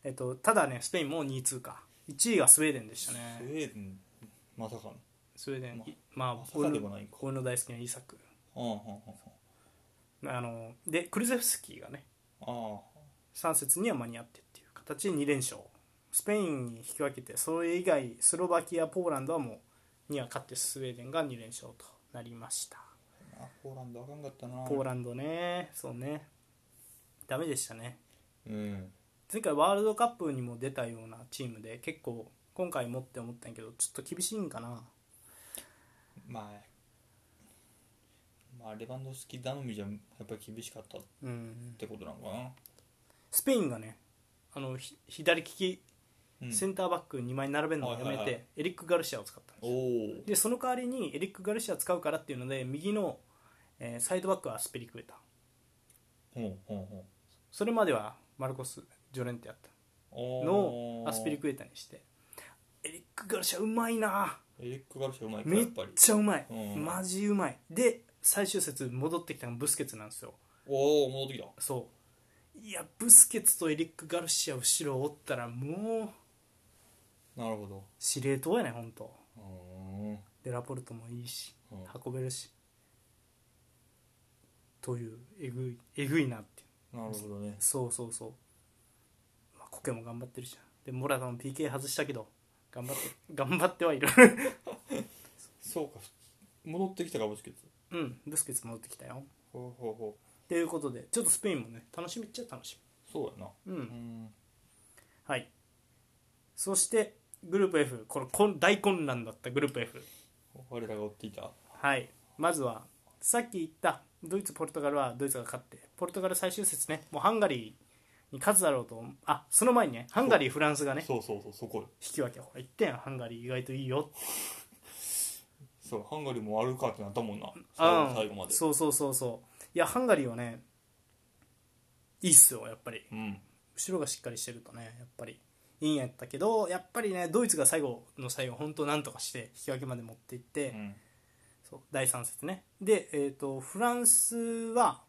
Speaker 1: えっと、ただねスペインも2位通過1位がスウェーデンでした
Speaker 2: スウ
Speaker 1: ね
Speaker 2: ェーデンまさかの
Speaker 1: スウェーデン
Speaker 2: まあ
Speaker 1: いまあ
Speaker 2: まさか
Speaker 1: 俺
Speaker 2: で
Speaker 1: の
Speaker 2: もないか
Speaker 1: 俺の大好きなイサク
Speaker 2: うんうんうん
Speaker 1: あのでクルゼフスキーがね
Speaker 2: うんあ
Speaker 1: 3節には間に合ってっていう形で2連勝スペインに引き分けてそれ以外スロバキアポーランドはもうには勝ってスウェーデンが2連勝となりました
Speaker 2: ああポーランドあかんかったな
Speaker 1: ポーランドねそうねダメでしたね
Speaker 2: うん
Speaker 1: 前回ワールドカップにも出たようなチームで結構今回もって思ったんやけどちょっと厳しいんかな
Speaker 2: まあまあレバンドフスキ頼みじゃやっぱり厳しかったっ
Speaker 1: うん
Speaker 2: てことなのかな、
Speaker 1: スペインがねあのひ左利き
Speaker 2: うん、
Speaker 1: センターバック2枚並べるのをやめ
Speaker 2: はいはいは
Speaker 1: てエリック・ガルシアを使ったんで
Speaker 2: お
Speaker 1: すよ
Speaker 2: お
Speaker 1: でその代わりにエリック・ガルシア使うからっていうので右の、えーサイドバックはスペリクエタ
Speaker 2: ほうほうほう
Speaker 1: それまではマルコス・ジョレンテやったの
Speaker 2: の
Speaker 1: をアスペリクエタにしてエリック・ガルシアうまいな
Speaker 2: エリック・ガルシアうまいから
Speaker 1: め
Speaker 2: や
Speaker 1: っ
Speaker 2: っぱり
Speaker 1: ちゃうまい
Speaker 2: うん
Speaker 1: マジうまいで最終節戻ってきたのがブスケツなんですよ
Speaker 2: おお戻ってきた
Speaker 1: そういやブスケツとエリック・ガルシア後ろを追ったらもう
Speaker 2: なるほど
Speaker 1: 司令塔やねほんと
Speaker 2: うーん
Speaker 1: でラポルトもいいし
Speaker 2: うん
Speaker 1: 運べるしというえぐいえぐいなっていう
Speaker 2: なるほどね
Speaker 1: そうそうそう、まあ、コケも頑張ってるじゃんでモラタも PK 外したけど頑張って 頑張ってはいる
Speaker 2: そうか戻ってきたかもしれない
Speaker 1: うんブスケツ戻ってきたよ
Speaker 2: ほうほうほ
Speaker 1: ということでちょっとスペインもね楽しみっちゃ楽し
Speaker 2: うそうやな
Speaker 1: みうん、
Speaker 2: うーん
Speaker 1: はいそしてグループ F これこん大混乱だったグループ F
Speaker 2: 我らが追っていた
Speaker 1: はいまずはさっき言ったドイツポルトガルはドイツが勝ってポルトガル最終節ねもうハンガリーに勝つだろうとあその前にねハンガリーフランスがね
Speaker 2: そうそうそうそこよ
Speaker 1: 引き分けほら1点ハンガリー意外といいよ
Speaker 2: そうハンガリーも悪かってなったもんな最
Speaker 1: あ
Speaker 2: 後最後まで
Speaker 1: そうそうそうそういやハンガリーはねいいっすよやっぱり
Speaker 2: うん
Speaker 1: 後ろがしっかりしてるとねやっぱりいいんやったけどやっぱりねドイツが最後の最後本当なんとかして引き分けまで持っていって、
Speaker 2: うん
Speaker 1: そう第3節ねで、えー、とフランスは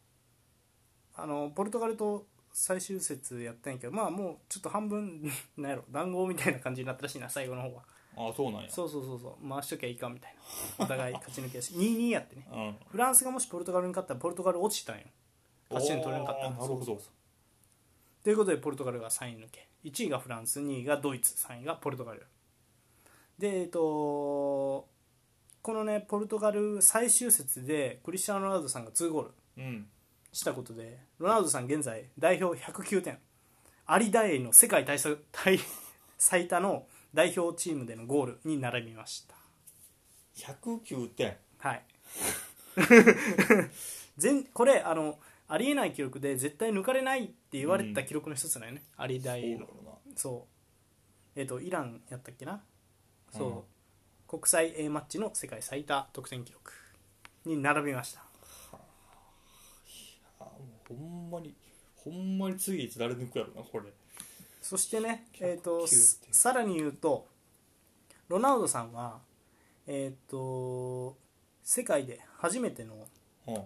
Speaker 1: あのポルトガルと最終節やったんやけどまあもうちょっと半分 なんやろ談合みたいな感じになったらしいな最後の方は
Speaker 2: ああそうなんや
Speaker 1: そうそうそうそう回しときゃいいかみたいなお互い勝ち抜きやし 2-2やってね
Speaker 2: うん
Speaker 1: フランスがもしポルトガルに勝ったらポルトガル落ちたんよ勝ち点取れなかった
Speaker 2: おーなるほど
Speaker 1: ということでポルトガルが3位抜け1位がフランス2位がドイツ3位がポルトガルでえっとこのねポルトガル最終節でクリスチャーノ・ロナウドさんが2ゴール
Speaker 2: うん
Speaker 1: したことでロナウドさん現在代表109点アリ・ダイエイの世界大最 大最多の代表チームでのゴールに並びました
Speaker 2: 109点
Speaker 1: はい 全これあのありえない記録で絶対抜かれないって言われてた記録の一つだよね、アリ・ダイエイ
Speaker 2: そうだ
Speaker 1: の
Speaker 2: ろうな
Speaker 1: そうえっ、とイランやったっけな、
Speaker 2: う
Speaker 1: そう国際 A マッチの世界最多得点記録に並びました
Speaker 2: あもうほんまにほんまに次いつ誰抜くやろなこれ
Speaker 1: そしてね、
Speaker 2: 109
Speaker 1: えー、と
Speaker 2: っていう
Speaker 1: ささらに言うとロナウドさんは、えー、と世界で初めての、
Speaker 2: うんは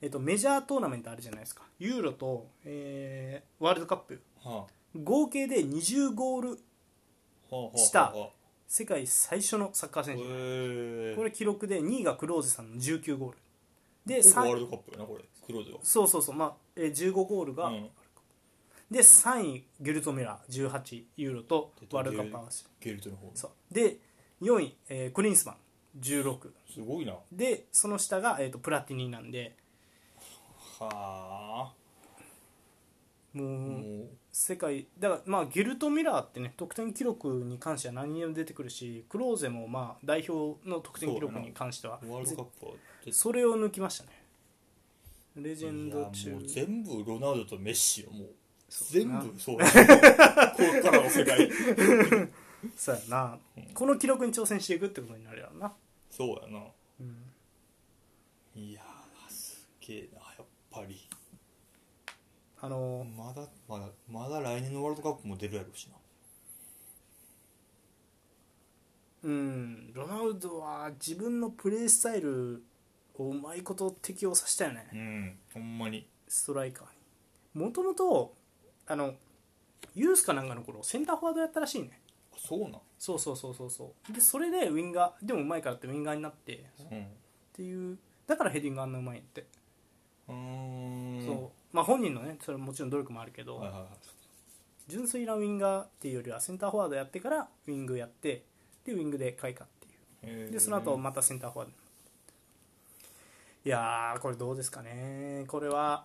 Speaker 1: えー、とメジャートーナメントあるじゃないですかユーロと、えーワールドカップ
Speaker 2: あは
Speaker 1: 合計で20ゴール
Speaker 2: あはあ
Speaker 1: した
Speaker 2: はあ
Speaker 1: 世界最初のサッカー選
Speaker 2: へ
Speaker 1: 手
Speaker 2: え
Speaker 1: これ記録で2位がクローゼさんの19ゴールで
Speaker 2: 結構ワー
Speaker 1: 3
Speaker 2: ルドカップやなこれクローズは
Speaker 1: そうそうそう、まあえー15ゴールが、
Speaker 2: うん、
Speaker 1: で3位ギュルト・ミラー18ユーロとワールドカップ合わせ
Speaker 2: ゲルトの方
Speaker 1: そうで4位、えークリンスマン16
Speaker 2: すごいなは
Speaker 1: でその下が、えー、とプラティニなんで
Speaker 2: あ、
Speaker 1: もう、
Speaker 2: もう
Speaker 1: 世界だからまあギルト・ミラーってね得点記録に関しては何にでも出てくるしクローゼもまあ代表の得点記録に関しては
Speaker 2: ワールドカッ
Speaker 1: ぜ
Speaker 2: プは絶
Speaker 1: それを抜きましたねレジェ
Speaker 2: 対
Speaker 1: ン
Speaker 2: いや
Speaker 1: ド
Speaker 2: も
Speaker 1: 中
Speaker 2: う全部ロナウドとメッシよもう
Speaker 1: そう
Speaker 2: 全
Speaker 1: だな
Speaker 2: 部そう やここからの世界
Speaker 1: そうやな、この記録に挑戦していくってことになるやろな、
Speaker 2: そうやな
Speaker 1: うん
Speaker 2: いやーすげえなやっぱり
Speaker 1: あの
Speaker 2: まだまだまだ来年のワールドカップも出るやろうしな
Speaker 1: うんロナウドは自分のプレースタイルをうまいこと適応させたよね、
Speaker 2: うんほんまに
Speaker 1: ストライカーにもともとあのユースかなんかの頃センターフォワードやったらしいね
Speaker 2: あそうなん
Speaker 1: そうそうそうそうそうでそれでウィンガーでもうまいからってウィンガーになってっ
Speaker 2: うん
Speaker 1: ていうだからヘディングあんなうまいんやって、
Speaker 2: うーん
Speaker 1: そうまあ本人のねそれはもちろん努力もあるけど、
Speaker 2: はいはいはい
Speaker 1: 純粋なウィンガーっていうよりはセンターフォワードやってからウィングやってでウィングで開花っていう
Speaker 2: へー
Speaker 1: でその後またセンターフォワードいやーこれどうですかねこれは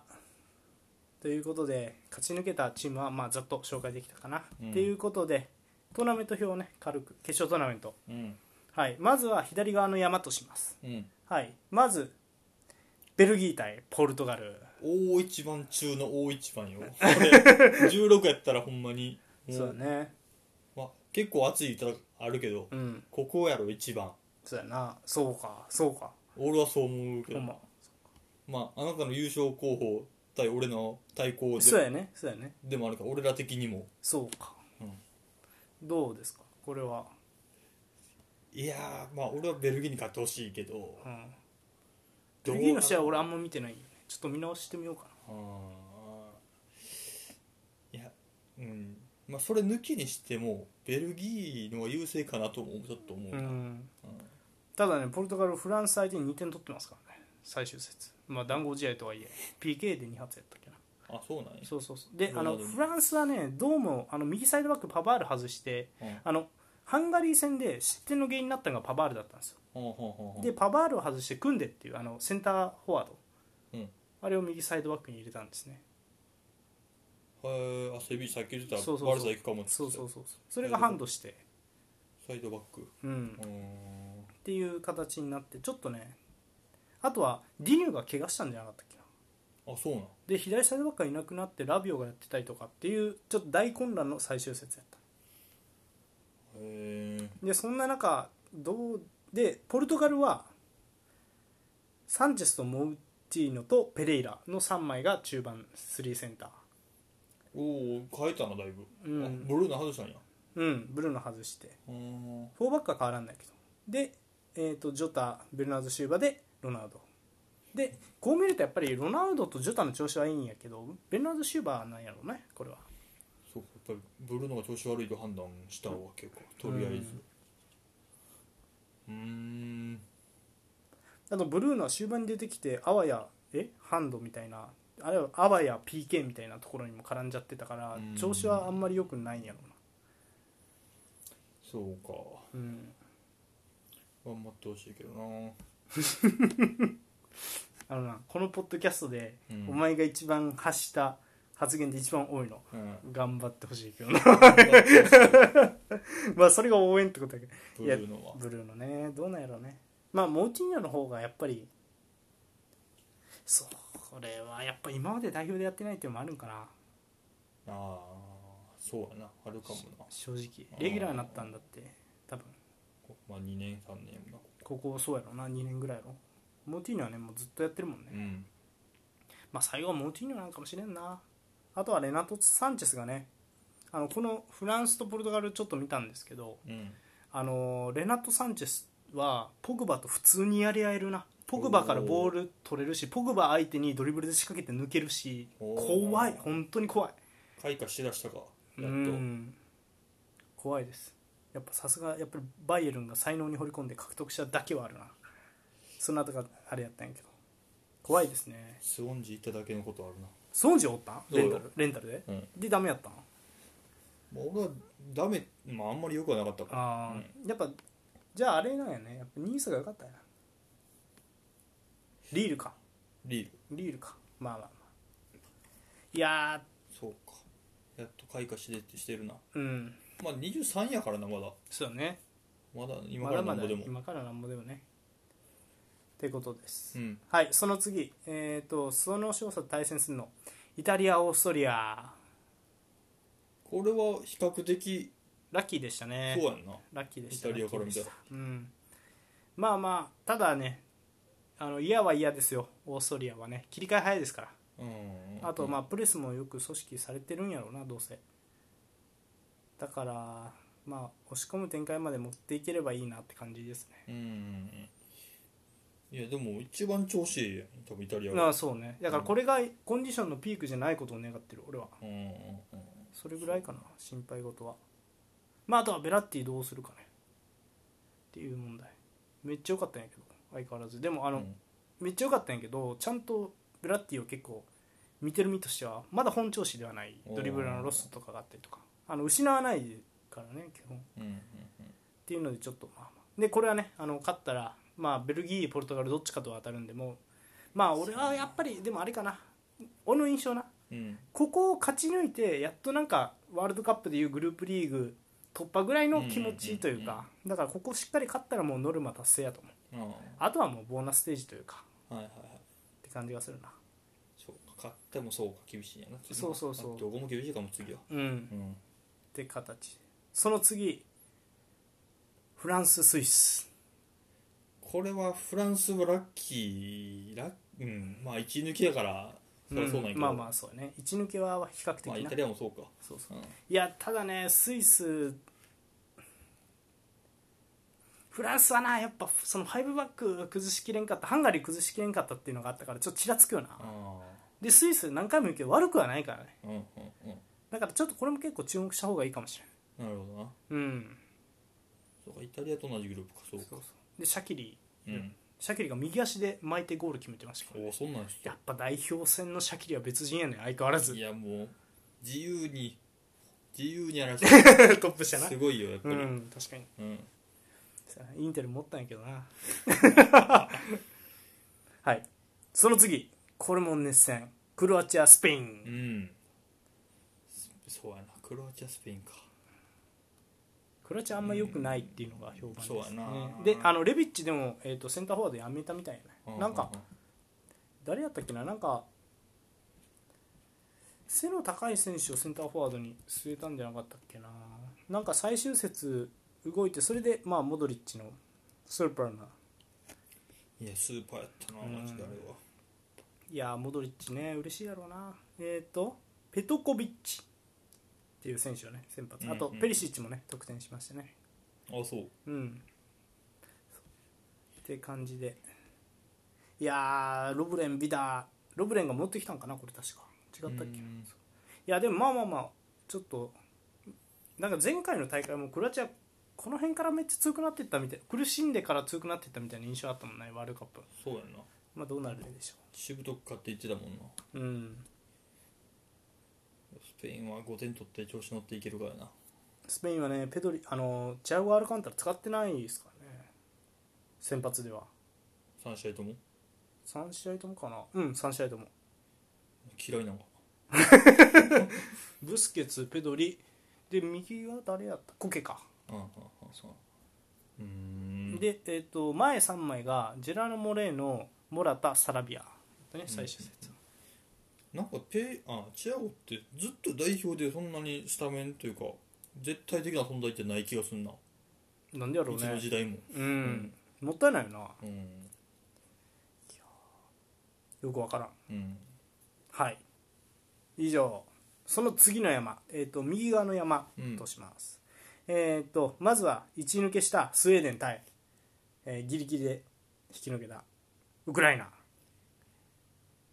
Speaker 1: ということで勝ち抜けたチームはまあざっと紹介できたかな、
Speaker 2: うん
Speaker 1: っていうことでトーナメント表をね軽く決勝トーナメント
Speaker 2: うん
Speaker 1: はいまずは左側の山とします
Speaker 2: うん
Speaker 1: はいまずベルギー対ポルトガル
Speaker 2: 大一番中の大一 番よこれ16やったらほんまにもう
Speaker 1: そうだね
Speaker 2: まあ、結構熱い戦いあるけど、
Speaker 1: うん
Speaker 2: ここやろ一番
Speaker 1: そうやなそうかそうか
Speaker 2: 俺はそう思う
Speaker 1: ほ
Speaker 2: けど
Speaker 1: ん
Speaker 2: ま
Speaker 1: ま
Speaker 2: ああなたの優勝候補対俺の対抗
Speaker 1: そう
Speaker 2: で
Speaker 1: やねそうやね
Speaker 2: でもあるから俺ら的にも
Speaker 1: そうか、
Speaker 2: うん
Speaker 1: どうですかこれは、
Speaker 2: いやーまあ俺はベルギーに勝ってほしいけど
Speaker 1: うん、ベ
Speaker 2: どう
Speaker 1: ルギーの試合は俺あんま見てないよねちょっと見直してみようか
Speaker 2: あーいやうんまあそれ抜きにしてもベルギーの方が優勢かなともちょっと思う
Speaker 1: な、
Speaker 2: な、
Speaker 1: うん、ただねポルトガルフランス相手に2点取ってますからね最終節まあ談合試合とはいえ PK で2発やったっけな
Speaker 2: あそうなんや
Speaker 1: そうそうそうであ
Speaker 2: な
Speaker 1: の
Speaker 2: るほど
Speaker 1: フランスはねどうもあの右サイドバックパバール外して
Speaker 2: うん
Speaker 1: あのハンガリー戦で失点の原因になったのがパバールだったんですよ
Speaker 2: ほんほんほんほん
Speaker 1: でパバールを外して組んでっていうあのセンターフォワード、
Speaker 2: うん
Speaker 1: あれを右サイドバックに入れたんですね
Speaker 2: へーあセビーさっき言ってた
Speaker 1: そうそうそう
Speaker 2: バルサ行くかもって
Speaker 1: そうそううそうそうそれがハンドして、
Speaker 2: サイドバック
Speaker 1: うん、
Speaker 2: うーん
Speaker 1: っていう形になってちょっとねあとはディニューが怪我したんじゃなかったっけな
Speaker 2: あそうなん
Speaker 1: で左サイドバックがいなくなってラビオがやってたりとかっていうちょっと大混乱の最終節やっ
Speaker 2: へえ
Speaker 1: たでそんな中どうでポルトガルはサンチェスとモウティーノとペレイラの3枚が中盤3センター
Speaker 2: おお変えたなだいぶ、
Speaker 1: うん
Speaker 2: あブルーナ外したんや
Speaker 1: うんブルーノ外して
Speaker 2: うーん
Speaker 1: 4バックは変わらんないけどで、えー、とジョタベルナード・シューバでロナウドでこう見るとやっぱりロナウドとジョタの調子はいいんやけどベルナード・シューバーなんやろうねこれは
Speaker 2: そうかやっぱりブルーノが調子悪いと判断したわけかとりあえずうーん
Speaker 1: あとブルーノは終盤に出てきてあわやえハンドみたいなあれはアバや PK みたいなところにも絡んじゃってたから
Speaker 2: うん
Speaker 1: 調子はあんまり良くないんやろ
Speaker 2: そうか
Speaker 1: うな、うん、
Speaker 2: 頑張ってほしいけどな
Speaker 1: あのなこのポッドキャストで
Speaker 2: うん
Speaker 1: お前が一番発した発言で一番多いの
Speaker 2: うん
Speaker 1: 頑張ってほしいけどな まあそれが応援ってことだけど
Speaker 2: ブルーノは
Speaker 1: ブルーのねどうなんやろうねまあモーチーニャの方がやっぱりそうこれはやっぱ今まで代表でやってないっていうのもあるんかな
Speaker 2: ああそうやなあるかもな、
Speaker 1: 正直レギュラーになったんだって多分
Speaker 2: まあ、2年3年やもな
Speaker 1: ここそうやろな2年ぐらいやろモーティーニョはねもうずっとやってるもんね、
Speaker 2: うん
Speaker 1: まあ最後はモーティーニョなんかもしれんなあとはレナト・サンチェスがねあのこのフランスとポルトガルちょっと見たんですけど
Speaker 2: うん
Speaker 1: あのレナト・サンチェスはポグバと普通にやり合えるなポグバからボール取れるしポグバ相手にドリブルで仕掛けて抜けるし
Speaker 2: おー
Speaker 1: 怖い本当に怖い
Speaker 2: 開花しだしたかやっと
Speaker 1: うん怖いですやっぱさすがやっぱりバイエルンが才能に掘り込んで獲得しただけはあるなその後があれやったんやけど怖いですね
Speaker 2: スウォンジ行っただけのことあるな
Speaker 1: スウォンジおったんレンタ
Speaker 2: そう
Speaker 1: ルレンタルで、
Speaker 2: うん
Speaker 1: でダメやったん
Speaker 2: まあ、俺はダメ、まあ、あんまり良くはなかったから
Speaker 1: ああ、やっぱじゃああれなんやねやっぱニースが良かったんやなリールか
Speaker 2: リール
Speaker 1: リールかまあまあまあいや
Speaker 2: そうかやっと開花しでってしてるな
Speaker 1: ーうん
Speaker 2: まあ23やからなまだ
Speaker 1: そうだね
Speaker 2: まだ今
Speaker 1: ま
Speaker 2: から
Speaker 1: だま
Speaker 2: なんぼ
Speaker 1: だ
Speaker 2: でも
Speaker 1: 今からなんぼでもねってことです、
Speaker 2: うん
Speaker 1: はいその次えっ、とその勝者と対戦するのイタリアオーストリア
Speaker 2: これは比較的
Speaker 1: ラッキーでしたね
Speaker 2: そうやんな
Speaker 1: ラッキーで
Speaker 2: イ
Speaker 1: した
Speaker 2: タリアから見た
Speaker 1: ラッ
Speaker 2: ら
Speaker 1: キーでしたうんまあまあただねあの嫌は嫌ですよオーストリアはね切り替え早いですから
Speaker 2: うん
Speaker 1: あと
Speaker 2: うん
Speaker 1: まあプレスもよく組織されてるんやろうなどうせだからまあ押し込む展開まで持っていければいいなって感じですね
Speaker 2: うんいやでも一番調子いいやん多分イタリア
Speaker 1: あ
Speaker 2: が
Speaker 1: あそうねだからこれがコンディションのピークじゃないことを願ってる俺は
Speaker 2: うんうんうん
Speaker 1: それぐらいかな心配事はまああとはベラッティどうするかねっていう問題めっちゃ良かったんやけど相変わらずでもあの、
Speaker 2: うん
Speaker 1: めっちゃ良かったんやけどちゃんとベラッティを結構見てる身としてはまだ本調子ではない
Speaker 2: おー
Speaker 1: ドリブルのロストとかがあったりとかあの失わないからね基本っ
Speaker 2: うんうん
Speaker 1: ていうのでちょっとまあまあでこれはねあの勝ったら、まあ、ベルギーポルトガルどっちかとは当たるんでもうまあ俺はやっぱりでもあれかな俺の印象な
Speaker 2: うん
Speaker 1: ここを勝ち抜いてやっとなんかワールドカップでいうグループリーグ突破ぐらいの気持ちという
Speaker 2: うんうん
Speaker 1: かだからここしっかり勝ったらもうノルマ達成やと思う
Speaker 2: うんあ
Speaker 1: あとはもうボーナスステージというか
Speaker 2: あはいはいはい
Speaker 1: って感じがするな
Speaker 2: そうか勝ってもそうか厳しいんやな次
Speaker 1: そうそうそう
Speaker 2: あどこも厳しいかも次は
Speaker 1: うん
Speaker 2: う
Speaker 1: っ
Speaker 2: ん
Speaker 1: て形その次フランススイス
Speaker 2: これはフランスはラッキーラッうんまあ一抜きやからそりゃそうなん
Speaker 1: う
Speaker 2: やけど、
Speaker 1: んまあまあそうね一抜けは比較的
Speaker 2: まあイ
Speaker 1: な
Speaker 2: タリアもそうか
Speaker 1: そうそう
Speaker 2: うん
Speaker 1: いやただねスイスフランスはなやっぱその5バック崩しきれんかったハンガリー崩しきれんかったっていうのがあったからちょっとちらつくよな
Speaker 2: あ
Speaker 1: でスイス何回も言うけど悪くはないからね
Speaker 2: あうんうんうん
Speaker 1: だからちょっとこれも結構注目した方がいいかもしれ
Speaker 2: なるほどな
Speaker 1: ないうん
Speaker 2: そうかイタリアと同じグループかそうか
Speaker 1: でシャキリ
Speaker 2: うん
Speaker 1: シャキリが右足で巻いてゴール決めてましたからね
Speaker 2: おおそんなんし
Speaker 1: やっぱ代表戦のシャキリは別人やね相変わらず
Speaker 2: い
Speaker 1: ト
Speaker 2: やもう自由に自由にやらせ
Speaker 1: ップした
Speaker 2: て
Speaker 1: な
Speaker 2: すごいよやっぱ
Speaker 1: う
Speaker 2: り
Speaker 1: ん確かに
Speaker 2: うん
Speaker 1: さインテル持ったんやけどな はいその次これも熱戦クロアチアスペイ
Speaker 2: う
Speaker 1: ン
Speaker 2: んそうやなクロアチアスペインか
Speaker 1: クロアチアあんま良くないっていうのが評判です、ね
Speaker 2: うんそうやな
Speaker 1: であのレビッチでも、えー、とセンターフォワードやめたみたいや
Speaker 2: う
Speaker 1: ねなんか誰やったっけななんか背の高い選手をセンターフォワードに据えたんじゃなかったっけななんか最終節動いてそれでまあモドリッチのスーパーない
Speaker 2: やスーパーやったなマジであれはい
Speaker 1: やーモドリッチね嬉しいだろうなえっ、とペトコビッチっていう選手をね先発あ
Speaker 2: う
Speaker 1: と
Speaker 2: んうん
Speaker 1: ペリシッチもね得点しましたね
Speaker 2: あそう
Speaker 1: うんって感じでいやーロブレンビダーロブレンが持ってきたんかなこれ確か違ったっけ
Speaker 2: う
Speaker 1: い
Speaker 2: ん
Speaker 1: やでもまあまあまあちょっとなんか前回の大会もクロアチアこの辺からめっちゃ強くなっていったみたい苦しんでから強くなっていったみたいな印象あったもんねワールドカップ
Speaker 2: そうやな
Speaker 1: まあ、どうなるでしょ
Speaker 2: しぶとく勝って言ってたもんな
Speaker 1: ううん
Speaker 2: スペインは5点取って調子乗っていけるからな
Speaker 1: スペインはねペドリあのチアゴ・アルカンタラ使ってないですからね先発では
Speaker 2: 3試合とも
Speaker 1: 3試合ともかなうん3試合とも
Speaker 2: 嫌いなのか
Speaker 1: ブスケツペドリで右は誰やったコケか、
Speaker 2: なうんうんうんそううーん
Speaker 1: で、えっと前3枚がジェラーノ・モレーノモラタ・サラビア、ね、最終節、
Speaker 2: なんかペあチアゴってずっと代表でそんなにスタメンというか絶対的な存在ってない気がすんな、
Speaker 1: なんでやろ
Speaker 2: いうつの
Speaker 1: ね
Speaker 2: 時代も
Speaker 1: うん、もったいないよな
Speaker 2: うん
Speaker 1: よくわからん
Speaker 2: うん
Speaker 1: はい以上その次の山、えっと右側の山
Speaker 2: うん
Speaker 1: とします、えっとまずは1抜けしたスウェーデン対、えーギリギリで引き抜けたウクライナ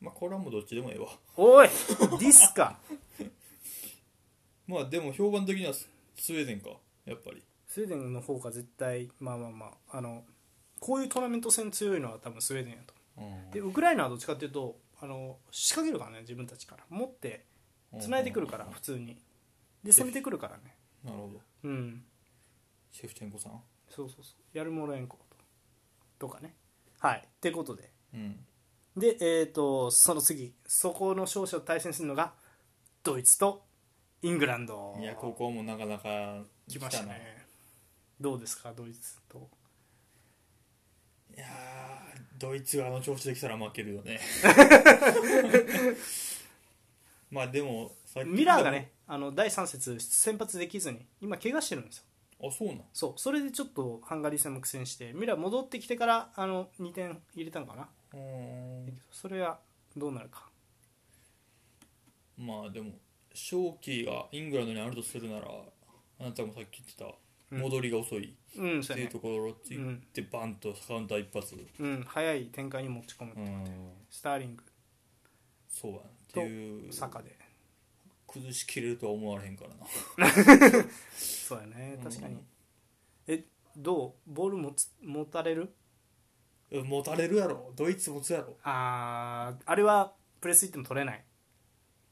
Speaker 2: まあこれはもうどっちでもええわ
Speaker 1: おい ディスか
Speaker 2: まあでも評判的にはススウェーデンかやっぱり
Speaker 1: スウェーデンの方が絶対まあまあまああのこういうトーナメント戦強いのは多分スウェーデンやと
Speaker 2: うん
Speaker 1: でウクライナはどっちかっていうとあの仕掛けるからね自分たちから持って繋いでくるから
Speaker 2: うん
Speaker 1: 普通にで攻めてくるからね
Speaker 2: なるほど
Speaker 1: うん
Speaker 2: シェフチェンコさん
Speaker 1: そうそうそうヤルモロエンコととかねはいってことで
Speaker 2: うん
Speaker 1: でえっ、とその次そこの勝者と対戦するのがドイツとイングランド
Speaker 2: いやここはもうなかなか
Speaker 1: 来ましたねどうですかドイツと
Speaker 2: いやードイツがあの調子できたら負けるよ ねまあでもさっき
Speaker 1: ミラーがねあの第3節先発できずに今怪我してるんですよ
Speaker 2: あそうなん
Speaker 1: そうそれでちょっとハンガリー戦も苦戦してミラー戻ってきてからあの2点入れたのかな
Speaker 2: うーん
Speaker 1: それはどうなるか
Speaker 2: まあでも勝機がイングランドにあるとするならあなたもさっき言ってた
Speaker 1: ん
Speaker 2: 戻りが遅い
Speaker 1: うんそ
Speaker 2: っ
Speaker 1: う
Speaker 2: てい
Speaker 1: や
Speaker 2: う
Speaker 1: ね
Speaker 2: ところって言ってバンとカウンター一発
Speaker 1: うん早い展開に持ち込む
Speaker 2: うん
Speaker 1: スターリング
Speaker 2: そうやっていう
Speaker 1: サカで
Speaker 2: 崩しきれるとは思われへんからな
Speaker 1: そうやね
Speaker 2: うん
Speaker 1: 確かにえどうボール持つ持たれる
Speaker 2: え持たれるやろドイツ持つやろ
Speaker 1: あーあれはプレスいっても取れ ない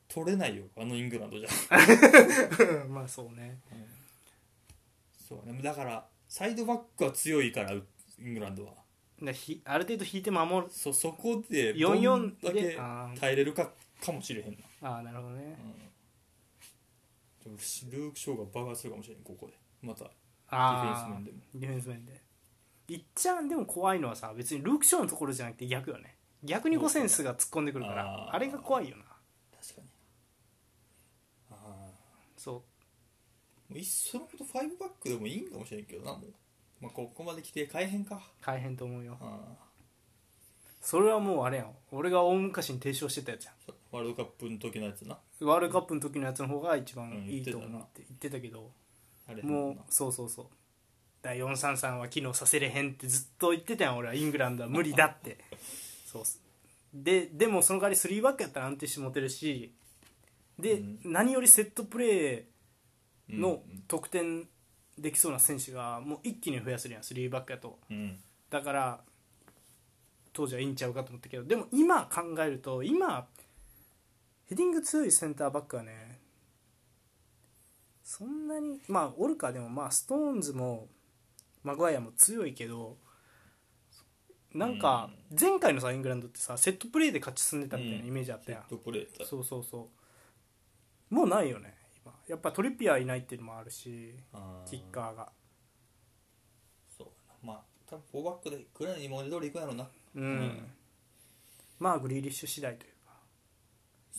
Speaker 2: 取れないよあのイングランドじゃ
Speaker 1: まあそうね
Speaker 2: そうねだからサイドバックは強いからイングランドは
Speaker 1: でひある程度引いて守る
Speaker 2: そそこでどん
Speaker 1: 4-4
Speaker 2: だ
Speaker 1: で
Speaker 2: け
Speaker 1: あー
Speaker 2: 耐えれるかかもしれへんな
Speaker 1: ああなるほどね
Speaker 2: でもルーク・ショーが爆発するかもしれんここでまたディフェンス
Speaker 1: ああ
Speaker 2: 面でも
Speaker 1: ディフェンス面でいっちゃんでも怖いのはさ別にルーク・ショーのところじゃなくて逆よね逆にゴセンスが突っ込んでくるから
Speaker 2: あ
Speaker 1: あ
Speaker 2: ー
Speaker 1: れが怖いよな
Speaker 2: 確かにああ
Speaker 1: そ
Speaker 2: もういっそのこと5バックでもいいんかもしれんけどなもう、まあ、ここまで来て変えへんか
Speaker 1: う大変と思うよ
Speaker 2: ああ
Speaker 1: それはもうあれやん俺が大昔に提唱してたやつや
Speaker 2: そうワールドカップの時のやつなん
Speaker 1: ワールドカップの時のやつの方が一番
Speaker 2: うん
Speaker 1: いいと
Speaker 2: 言ってた
Speaker 1: 思
Speaker 2: な
Speaker 1: って言ってたけど
Speaker 2: あれ
Speaker 1: もう
Speaker 2: な
Speaker 1: そうそうそう第433は機能させれへんってずっと言ってたやん俺はイングランドは無理だってそうっすででもその代わり3バックやったら安定して持てるしで、
Speaker 2: うん
Speaker 1: 何よりセットプレー
Speaker 2: うん
Speaker 1: の得点できそうな選手がもう一気に増やせるやん3バックやと
Speaker 2: うん
Speaker 1: だから当時はいいんちゃうかと思ったけどでも今考えると今ヘディング強いセンターバックはねそんなにまあオルカでもまあストーンズもマグワイアも強いけどなんか前回のさイングランドってさセットプレーで勝ち進んでたみたいなイメージあった
Speaker 2: セ
Speaker 1: やん
Speaker 2: ットプレーだ
Speaker 1: そうそうそうもうないよね今やっぱトリピアーいないっていうのもあるし
Speaker 2: ああ
Speaker 1: キッカーが
Speaker 2: そうやなまあ多分4バックでぐらいに文字通りいくんやろうな
Speaker 1: うん、
Speaker 2: ん
Speaker 1: まあグリーリッシュ次第という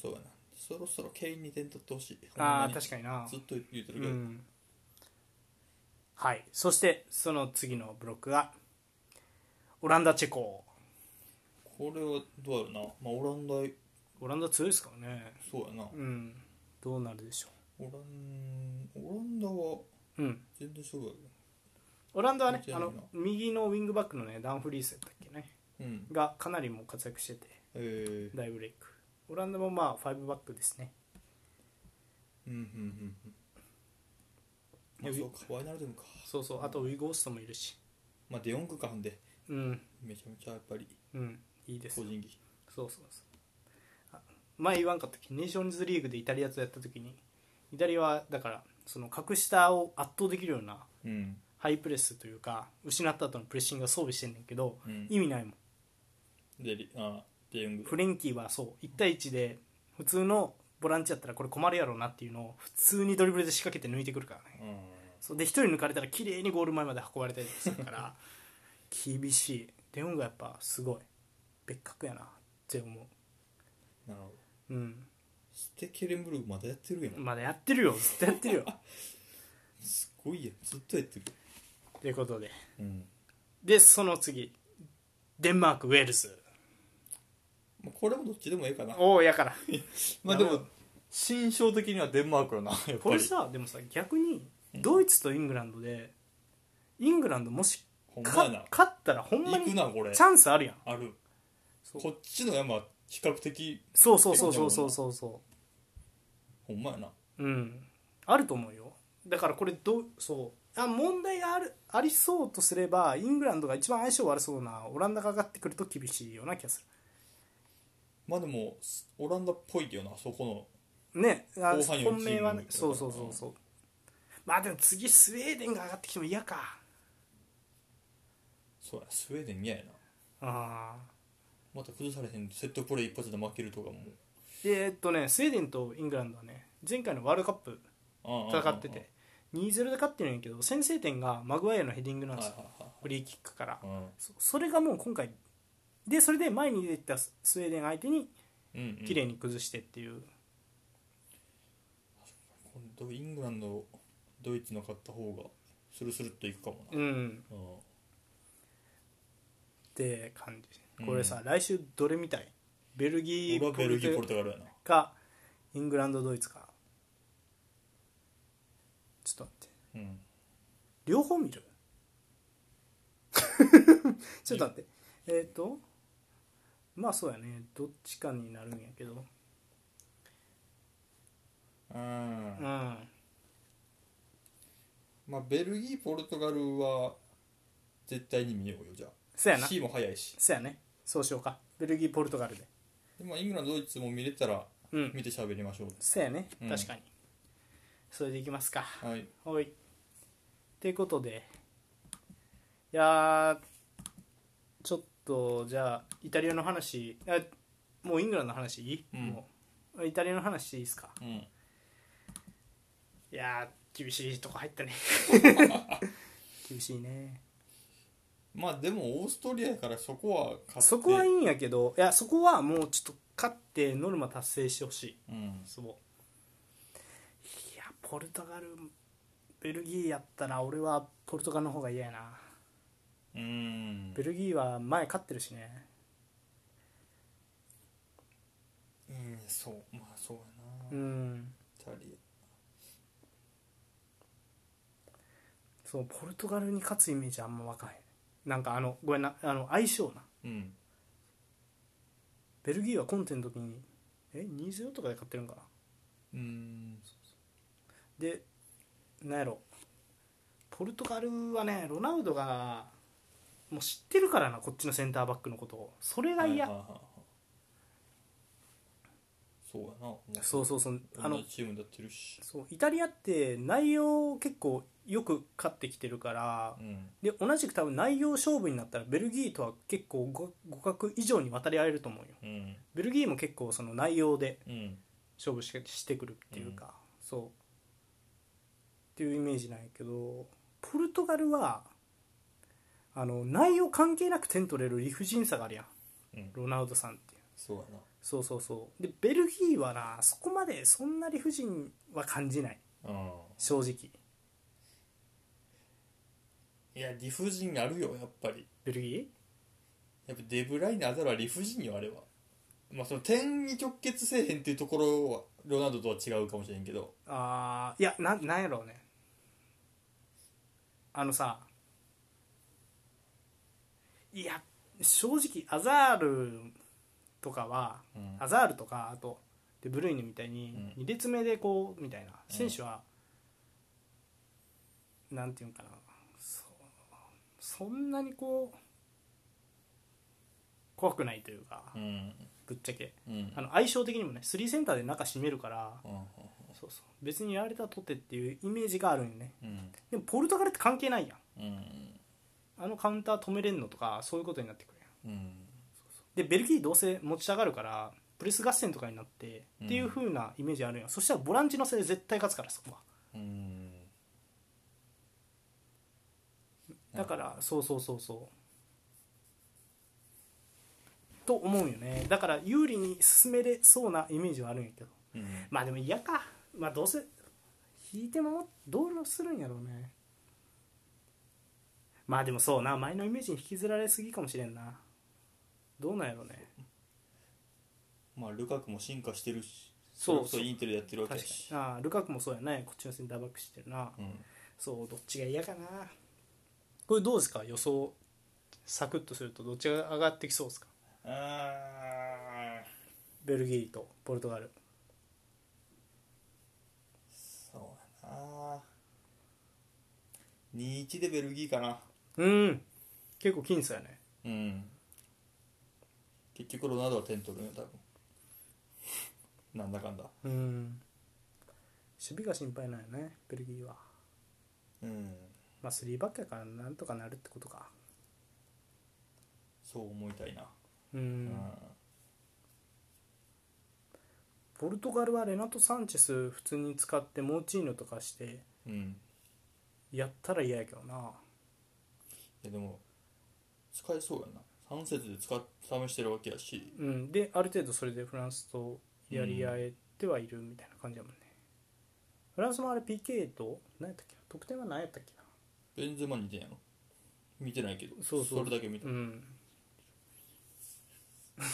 Speaker 2: そうやなそろそろケインに点取ってほしい
Speaker 1: かああー確かに
Speaker 2: に
Speaker 1: な
Speaker 2: ずっと言ってる
Speaker 1: う
Speaker 2: けど、
Speaker 1: んはいそしてその次のブロックがオランダチェコ
Speaker 2: これはどうやろな、まあ、オランダ
Speaker 1: オランダ強いですからね
Speaker 2: そうやな、
Speaker 1: うんどうなるでしょ
Speaker 2: オランオランダは
Speaker 1: ううん
Speaker 2: 全然勝負や
Speaker 1: オランダはね
Speaker 2: 強い
Speaker 1: あ
Speaker 2: な
Speaker 1: の右のウィングバックのねダンフリースだったっけね
Speaker 2: けどうん
Speaker 1: がかなりもう活躍してて
Speaker 2: えー
Speaker 1: 大ブレイクオランダもまあ5バックですね
Speaker 2: うんうんうんうんまあそうかワイナルドムか
Speaker 1: そうそうあとウィゴーストもいるし
Speaker 2: まあデヨングかほんで
Speaker 1: うん
Speaker 2: めちゃめちゃやっぱり
Speaker 1: うんいいです
Speaker 2: 個
Speaker 1: よ
Speaker 2: 人技
Speaker 1: そうそうそうあ前言わんかったっけネーションズリーグでイタリアとやった時にイタリアはだからその格下を圧倒できるような
Speaker 2: うん
Speaker 1: ハイプレスというか失った後のプレッシングが装備してんねんけど、
Speaker 2: うん
Speaker 1: 意味ないもん
Speaker 2: でリあデヨング
Speaker 1: フレンキーはそう1対1で普通のボランチやったらこれ困るやろうなっていうのを普通にドリブルで仕掛けて抜いてくるからね
Speaker 2: うん
Speaker 1: そうで1人抜かれたら綺麗にゴール前まで運ばれたりするから厳しいデヨングはやっぱすごい別格やなって思
Speaker 2: なるほど
Speaker 1: ううん
Speaker 2: ステケレンブルクまだやってるやん
Speaker 1: まだやってるよずっとやってるよ
Speaker 2: すごいやんずっとやってる
Speaker 1: ということで
Speaker 2: うん
Speaker 1: でその次デンマークウェールズ
Speaker 2: まあこれもどっちでもええかな
Speaker 1: おおやから
Speaker 2: まあでも心象的にはデンマークやなやっぱり
Speaker 1: これさでもさ逆にドイツとイングランドでイングランドもし
Speaker 2: ほんまや
Speaker 1: か
Speaker 2: な
Speaker 1: 勝ったらほんま
Speaker 2: 行
Speaker 1: に
Speaker 2: くなこれ
Speaker 1: チャンスあるやん
Speaker 2: ある
Speaker 1: そう
Speaker 2: こっちの山は比較的
Speaker 1: そうそうそうそうそうそうそ
Speaker 2: ほんまやな
Speaker 1: ううんあると思うよだからこれどうそうあ問題があるありそうとすればイングランドが一番相性悪そうなオランダが上がってくると厳しいような気がす
Speaker 2: まあでもオランダっぽいよなそこの
Speaker 1: るねあ
Speaker 2: 後半より
Speaker 1: 本命はね
Speaker 2: チーム
Speaker 1: そ
Speaker 2: の
Speaker 1: うそうそうそうまあでも次スウェーデンが上がってきても嫌か
Speaker 2: そうやスウェーデン嫌やな
Speaker 1: ああ
Speaker 2: また崩されへんセットプレー一発で負けるとかも
Speaker 1: でえっとねスウェーデンとイングランドはね前回のワールドカップ
Speaker 2: ああ
Speaker 1: 戦ってて2-0で勝ってるんやけど先制点がマグワイアのヘディングな
Speaker 2: ああ
Speaker 1: んで
Speaker 2: はい
Speaker 1: す
Speaker 2: は
Speaker 1: よフリーキックから
Speaker 2: いはい
Speaker 1: そそれがもう今回でそれで前に出てきたススウェーデン相手に
Speaker 2: うんうんうん
Speaker 1: 綺麗に崩してっていう、
Speaker 2: 今度イングランドドイツの勝った方がスルスルっといくかも
Speaker 1: うん
Speaker 2: な、うん
Speaker 1: って感じこれさ、来週どれみたいベルギ
Speaker 2: 俺
Speaker 1: ー
Speaker 2: はベルギー
Speaker 1: ポ
Speaker 2: ポ
Speaker 1: ル
Speaker 2: ル
Speaker 1: ト
Speaker 2: トガルやな
Speaker 1: かイングランドドイツかちょっと待って
Speaker 2: うん
Speaker 1: 両方見る ちょっと待ってえっ、とまあそうやねどっちかになるんやけどうん
Speaker 2: うんまあベルギーポルトガルは絶対に見ようよじゃ
Speaker 1: そうや
Speaker 2: あ
Speaker 1: な
Speaker 2: C も早いし
Speaker 1: そうやねそうしようかベルギーポルトガルで
Speaker 2: でまあイングランドドイツも見れたら
Speaker 1: うん
Speaker 2: 見て喋りましょう、
Speaker 1: そうやね
Speaker 2: うん
Speaker 1: 確かに、それでいきますか
Speaker 2: はい
Speaker 1: はいっていうことでいやーちょっとじゃあイタリアの話あもうイングランドの話いい、
Speaker 2: うん
Speaker 1: もうイタリアの話いいですか
Speaker 2: うん
Speaker 1: いやー厳しいとこ入った ね厳しいね
Speaker 2: まあでもオーストリアやからそこは勝って
Speaker 1: そこはいいんやけどいやそこはもうちょっと勝ってノルマ達成してほしい
Speaker 2: うん
Speaker 1: そういやポルトガルベルギーやったら俺はポルトガルの方が嫌やな
Speaker 2: うん
Speaker 1: ベルギーは前勝ってるしね
Speaker 2: うんそうまあそう
Speaker 1: う
Speaker 2: やな、イ
Speaker 1: ん
Speaker 2: タリ
Speaker 1: そうポルトガルに勝つイメージあんまわかへんなんかあのごめんなあの相性な
Speaker 2: アうん
Speaker 1: ベルギーはコンテの時にえ2-0とかで勝ってるんかな
Speaker 2: うん
Speaker 1: でなんやろポルトガルはねロナウドがもう知ってるからなこっちのセンターバックのことをそれが嫌、
Speaker 2: はいはいはいはいそうやなもう
Speaker 1: そうそうそうあ
Speaker 2: 同
Speaker 1: の
Speaker 2: じチームだってるし
Speaker 1: そうイタリアって内容を結構よく勝ってきてるから
Speaker 2: うん
Speaker 1: で同じく多分内容勝負になったらベルギーとは結構互互角以上に渡り合えると思うよ
Speaker 2: うん
Speaker 1: ベルギーも結構その内容で
Speaker 2: うん
Speaker 1: 勝負してしてくるっていうか、そうっていうイメージなんやけどポルトガルはあの内容関係なく点取れる理不尽さがあるやん
Speaker 2: うん
Speaker 1: ロナウドさんっていう
Speaker 2: そうや
Speaker 1: そうそうそうでベルギーはなそこまでそんな理不尽は感じない
Speaker 2: なうん
Speaker 1: 正直
Speaker 2: いや理不尽あるよやっぱり
Speaker 1: ベルギー
Speaker 2: やっぱデブライネあざるは理不尽よあれはまあその点に直結せえへんっていうところはロナウドとは違うかもしれんけど
Speaker 1: あーいやななんやろうねあのさいや正直アザールとかは、
Speaker 2: うん
Speaker 1: アザールとかあとでブルイネみたいに
Speaker 2: うん
Speaker 1: 2列目でこうみたいな
Speaker 2: うん
Speaker 1: 選手は、なんていうんかなそそんなにこう怖くないというか、
Speaker 2: うん
Speaker 1: ぶっちゃけ
Speaker 2: うん
Speaker 1: あの相性的にもね3センターで中閉めるから
Speaker 2: うん
Speaker 1: そうそう別にやられたとてっていうイメージがあるんよね
Speaker 2: うん
Speaker 1: でもポルトガルって関係ないやん
Speaker 2: うん
Speaker 1: あのカウンター止めれんのとかそういうことになってくるやん
Speaker 2: うん
Speaker 1: でベルギーどうせ持ち上がるからプレス合戦とかになってっていう風なイメージあるやん、そしたらボランチのせいで絶対勝つからそこは
Speaker 2: うん
Speaker 1: だからそうそうそうそうと思うよねだから有利に進めれそうなイメージはあるんやけど
Speaker 2: うん
Speaker 1: まあでも嫌かまあどうせ引いてもどうするんやろうねまあでもそうな前のイメージに引きずられすぎかもしれんなどうなんやろうね
Speaker 2: まあルカクも進化してるし
Speaker 1: そう
Speaker 2: それこそインテルやってるわけ
Speaker 1: 確
Speaker 2: だ
Speaker 1: かに
Speaker 2: し
Speaker 1: ああルカクもそうやねこっちの線打爆してるな、
Speaker 2: うん
Speaker 1: そうどっちが嫌かなこれどうですか予想サクッとするとどっちが上がってきそうですか
Speaker 2: あー
Speaker 1: ベルギーとポルトガル
Speaker 2: そうやな2-1でベルギーかな
Speaker 1: うん結構僅差やね
Speaker 2: うん結局ロナウドは点取るね多分なんだかんだ
Speaker 1: うん守備が心配なんよねベルギーは
Speaker 2: うん
Speaker 1: まあ3バックやからなんとかなるってことか
Speaker 2: そう思いたいな
Speaker 1: うん、
Speaker 2: うん
Speaker 1: ポルトガルはレナト・サンチェス普通に使ってモーチーノとかして
Speaker 2: うん
Speaker 1: やったら嫌やけどない
Speaker 2: やでも使えそうやな3節で使っ試してるわけやし
Speaker 1: うんである程度それでフランスとやり合えてはいるみたいな感じだもんね、フランスもあれ PK と何やったっけな得点は何やったっけな
Speaker 2: ベンゼマ2点やろ見てないけど
Speaker 1: そうそう
Speaker 2: れだけ見
Speaker 1: う
Speaker 2: た、
Speaker 1: ん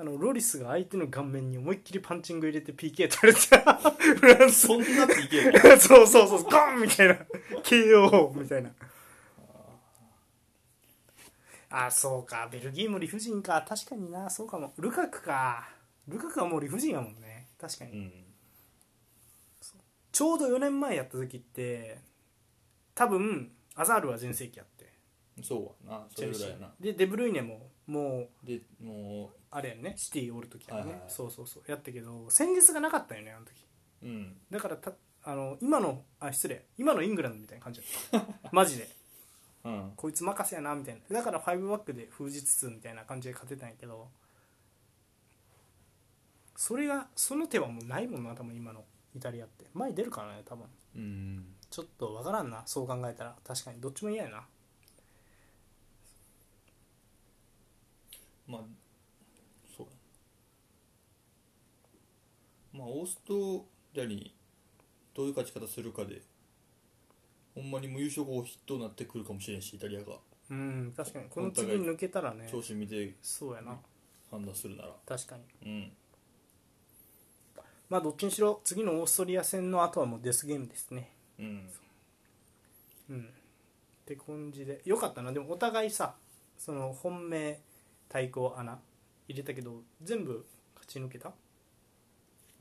Speaker 1: あのロリスが相手の顔面に思いっきりパンチング入れて PK 取れた フランス
Speaker 2: そんなっていける
Speaker 1: そうそうそうゴンみたいな KO みたいなあそうかベルギーも理不尽か確かになそうかもルカクかルカクはもう理不尽やもんね確かに、
Speaker 2: うん
Speaker 1: ちょうど4年前やった時って多分アザールは全盛期やって
Speaker 2: そうやなそれぐらいやな
Speaker 1: でデブルイネももう
Speaker 2: でも
Speaker 1: あれやんねシティおる時やね、
Speaker 2: はいはいはい
Speaker 1: そうそうそうやったけど戦術がなかったよねあの時
Speaker 2: ううん
Speaker 1: だからたあの今のあ失礼今のイングランドみたいな感じだったマジで
Speaker 2: うん
Speaker 1: こいつ任せやなみたいなだから5バックで封じつつみたいな感じで勝てたんやけどそれがその手はもうないもんな多分今のイタリアって前出るからね多分
Speaker 2: うん
Speaker 1: ちょっとわからんなそう考えたら確かにどっちも嫌やな
Speaker 2: まあそうやまあオーストラリアにどういう勝ち方するかでほんまにもう優勝後ヒットになってくるかもしれんしイタリアが
Speaker 1: うん確かにこの
Speaker 2: お互
Speaker 1: 次
Speaker 2: い
Speaker 1: 抜けたらね
Speaker 2: 調子見て
Speaker 1: そうやな
Speaker 2: 判断するなら
Speaker 1: 確かに
Speaker 2: うん
Speaker 1: まあどっちにしろ次のオーストリア戦の後はもうデスゲームですね
Speaker 2: うん
Speaker 1: うんって感じでよかったなでもお互いさその本命対抗穴入れたけど全部勝ち抜けた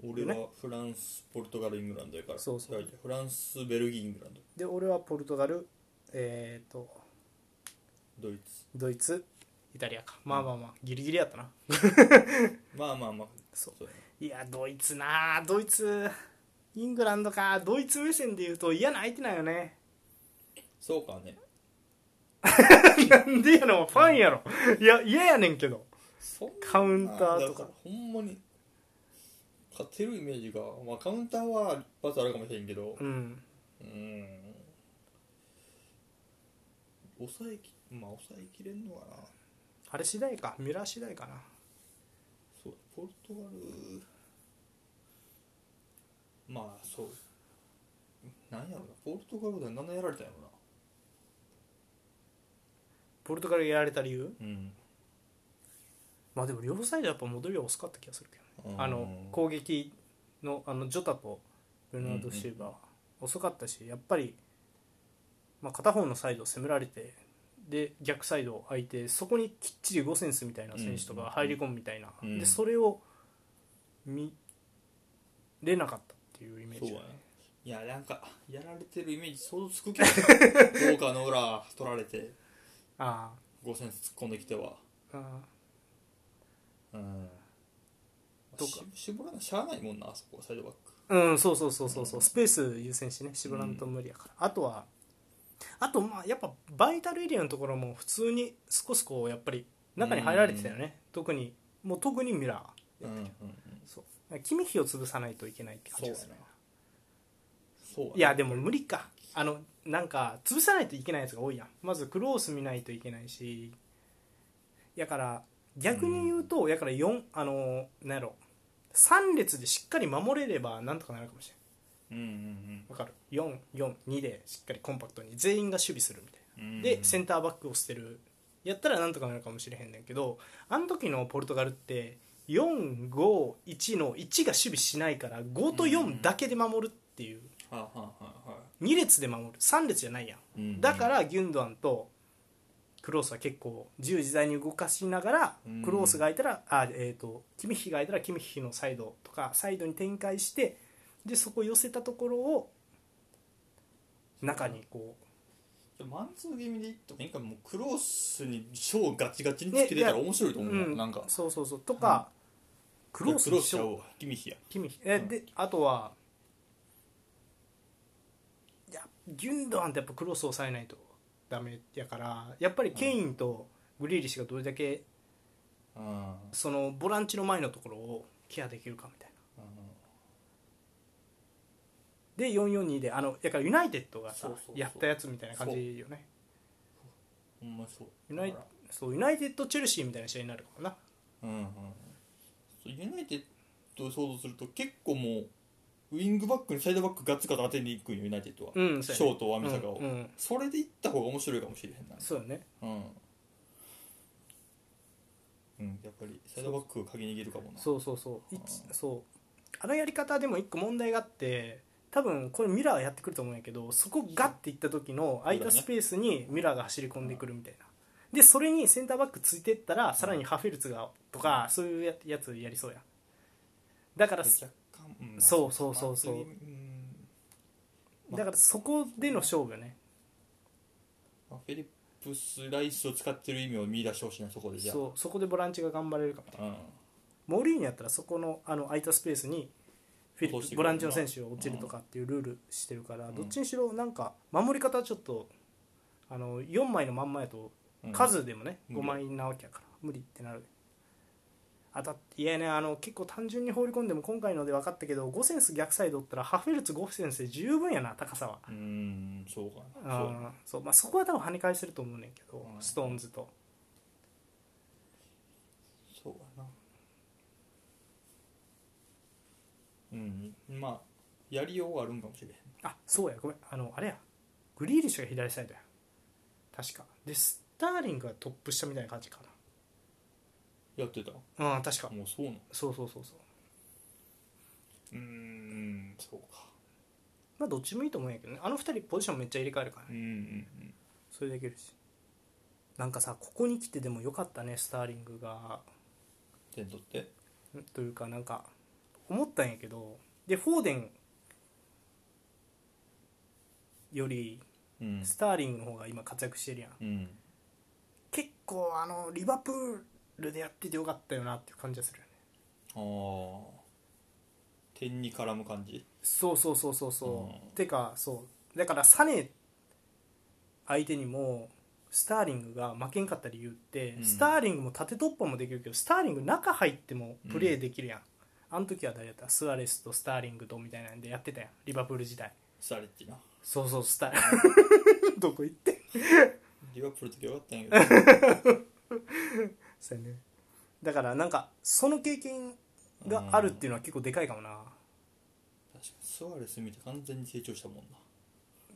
Speaker 2: 俺はフランスポルトガルイングランドやから
Speaker 1: そうそう
Speaker 2: だからフランスベルギーイングランド
Speaker 1: で俺はポルトガルえっ、と
Speaker 2: ドイツ
Speaker 1: ドイツイタリアかまあまあまあギリギリやったな
Speaker 2: まあまあまあ
Speaker 1: そう
Speaker 2: そうやない
Speaker 1: やドイツなあドイツイングランドかドイツ目線で言うと嫌な相手なんよね
Speaker 2: そうかね
Speaker 1: なんでやろファンやろいや嫌やねんけど
Speaker 2: そんな
Speaker 1: カウンターと
Speaker 2: だ
Speaker 1: から
Speaker 2: ほんまに勝てるイメージが、まあ、カウンターは一発あるかもしれんけど
Speaker 1: うん
Speaker 2: うん抑えきまあ抑えきれんのかな
Speaker 1: あれ次第かミュラー次第かな
Speaker 2: そうポルトガルまあそうなんやろなポルトガルで何やられたんやろ
Speaker 1: ポルトガルやられた理由
Speaker 2: なうん
Speaker 1: まあでも両サイドやっぱ戻りは遅かった気がするけどね
Speaker 2: うん
Speaker 1: あの攻撃のあのジョタとブルナード・シューバーは遅かったしやっぱり、まあ、片方のサイドを攻められてで逆サイドを空いてそこにきっちりゴセンスみたいな選手とかが入り込むみたいな、
Speaker 2: うん
Speaker 1: でそれを見れなかったっていうイメー
Speaker 2: そう
Speaker 1: ジ
Speaker 2: や
Speaker 1: だ
Speaker 2: ね
Speaker 1: ね
Speaker 2: いやなんかやられてるイメージ想像つくけど なウォーカーの裏取られて
Speaker 1: あ
Speaker 2: 5センス突っ込んできては
Speaker 1: ああ
Speaker 3: う
Speaker 1: あ
Speaker 3: ん
Speaker 1: どう
Speaker 2: し
Speaker 1: か
Speaker 2: 絞らなしゃあないもんなあそこはサイドバック
Speaker 1: うんそうそうそうそうそうスペース優先してね絞らんと無理やから、あとはあとまあやっぱバイタルエリアのところも普通に少しこうやっぱり中に入られてたよね、特にもう特にミラー
Speaker 2: うんうんうん
Speaker 1: そう君比を潰さないといけないって感じですね
Speaker 2: そうやそうやない
Speaker 1: やでも無理かあのなんか潰さないといけないやつが多いやんまずクロース見ないといけないしやから逆に言うと、やから4あのなんやろ3列でしっかり守れればなんとかなるかもしれん
Speaker 2: うんうん
Speaker 1: わかる442でしっかりコンパクトに全員が守備するみたい
Speaker 2: うんう
Speaker 1: なんでセンターバックを捨てるやったらなんとかなるかもしれへんねんけどあの時のポルトガルって451の1が守備しないから5と4だけで守るっていう
Speaker 2: はあ、はあはあは
Speaker 1: 2列で守る3列じゃないやん
Speaker 2: あうん
Speaker 1: だからギュンドアンとクロースは結構自由自在に動かしながら
Speaker 2: うん
Speaker 1: クロースが空いたらあえー、とキミッヒが空いたらキミッヒのサイドとかサイドに展開してでそこ寄せたところを中にこ
Speaker 2: マンツー気味でいったらなんかもうクロースにショーガチガチにつけてたら
Speaker 1: ねいや
Speaker 2: 面白いと
Speaker 1: う、
Speaker 2: 思う、
Speaker 1: うん、
Speaker 2: なんか
Speaker 1: そうそうそうとか、クロースに
Speaker 2: し
Speaker 1: し
Speaker 2: ちゃ
Speaker 1: よう
Speaker 2: おうキミヒや
Speaker 1: キミッヒえ
Speaker 2: うん
Speaker 1: であとはいやギュンドアンってやっぱクロスを抑えないとダメやからやっぱりケインとグリーリッシュがどれだけ
Speaker 2: うん
Speaker 1: そのボランチの前のところをケアできるかみたいなで442であのだからユナイテッドがさ
Speaker 2: そうそうそう
Speaker 1: やったやつみたいな感じよね
Speaker 2: ほんまそう
Speaker 1: ユナイ
Speaker 2: だか
Speaker 1: そうユナイテッドチェルシーみたいな試合になるかもな
Speaker 2: らうんうんそうユナイテッドを想像すると結構もうウイングバックにサイドバックガツガツ当てにいくんよユナイテッドは、
Speaker 1: うん
Speaker 2: シ
Speaker 1: そう
Speaker 2: ョ
Speaker 1: や
Speaker 2: ートをアミサカを、
Speaker 1: うんうん
Speaker 2: それでいった方が面白いかもしれへんな
Speaker 1: そうよね
Speaker 2: うん、うん、やっぱりサイドバックを鍵握るかもな
Speaker 1: そうそうそうい
Speaker 2: あー
Speaker 1: ちそうあのやり方でも一個問題があって多分これミラーはやってくると思うんやけどそこガッていった時の空いたスペースにミラーが走り込んでくるみたいなでそれにセンターバックついてったらさらにハフェルツがとかそういうややつやりそうやだから
Speaker 2: 若干、うん
Speaker 1: そうそうそうそう
Speaker 2: まあん
Speaker 1: だからそこでの勝負よね
Speaker 2: まあフェリップス・ライスを使ってる意味を見出してほしいなそこでじゃあ
Speaker 1: そうそこでボランチが頑張れるかみたいな
Speaker 2: うん
Speaker 1: モーリーニョやったらそこのあの空いたスペースにフィリ
Speaker 2: 落としてく
Speaker 1: ボ
Speaker 2: る
Speaker 1: ランチの選手を落ちるとかっていうルールしてるから、
Speaker 2: ん
Speaker 1: どっちにしろなんか守り方はちょっとあの4枚のまんまやと
Speaker 2: うん
Speaker 1: 数でもね、
Speaker 2: 無
Speaker 1: 5
Speaker 2: 理
Speaker 1: 枚なわけやから無理ってなるあたいやねあの結構単純に放り込んでも今回ので分かったけどゴセンス逆サイドおったらハフェルツゴセンスで十分やな高さは
Speaker 2: うーんそうか
Speaker 1: う
Speaker 2: なそうん
Speaker 1: そうまあ、そこは多分跳ね返せると思うねんけど、
Speaker 2: うん
Speaker 1: ストーンズと
Speaker 2: そうかなうんまあやりようがあるんかもしれへん
Speaker 1: あそうやごめんあのあれやグリーリッシュが左サイドや確かでスターリングがトップ下みたいな感じか
Speaker 2: やってたも
Speaker 1: なうん確か
Speaker 2: うそうなの
Speaker 1: そうそうそうそう
Speaker 2: うーんそうか
Speaker 1: まあどっちもいいと思うんやけどねあの2人ポジションめっちゃ入れ替えるから
Speaker 2: う
Speaker 1: ね
Speaker 2: んうん
Speaker 1: それできるしなんかさここに来てでもよかったねスターリングが
Speaker 2: 点取って
Speaker 1: んというかなんか思ったんやけどでフォーデンより
Speaker 2: うん
Speaker 1: スターリングの方が今活躍してるやん
Speaker 2: うん
Speaker 1: 結構あのリバプールでやっててよかったよなっていう感じがするよね
Speaker 2: ああ点に絡む感じ
Speaker 1: そうそうそうそうそう、
Speaker 2: うん
Speaker 1: てかそうだからサネ相手にもスターリングが負けんかった理由って、
Speaker 2: うん
Speaker 1: スターリングも縦突破もできるけどスターリング中入ってもプレーできるやん、あの時は誰やったスアレスとスターリングとみたいなんでやってたやんリバプール時代
Speaker 2: サレッジな
Speaker 1: そうそうスター どこ行ってん
Speaker 2: リバプールの時よかったん やけど
Speaker 1: そうやねだからなんかその経験があるっていうのは結構でかいかもな
Speaker 2: 確かにスアレス見て完全に成長したもんな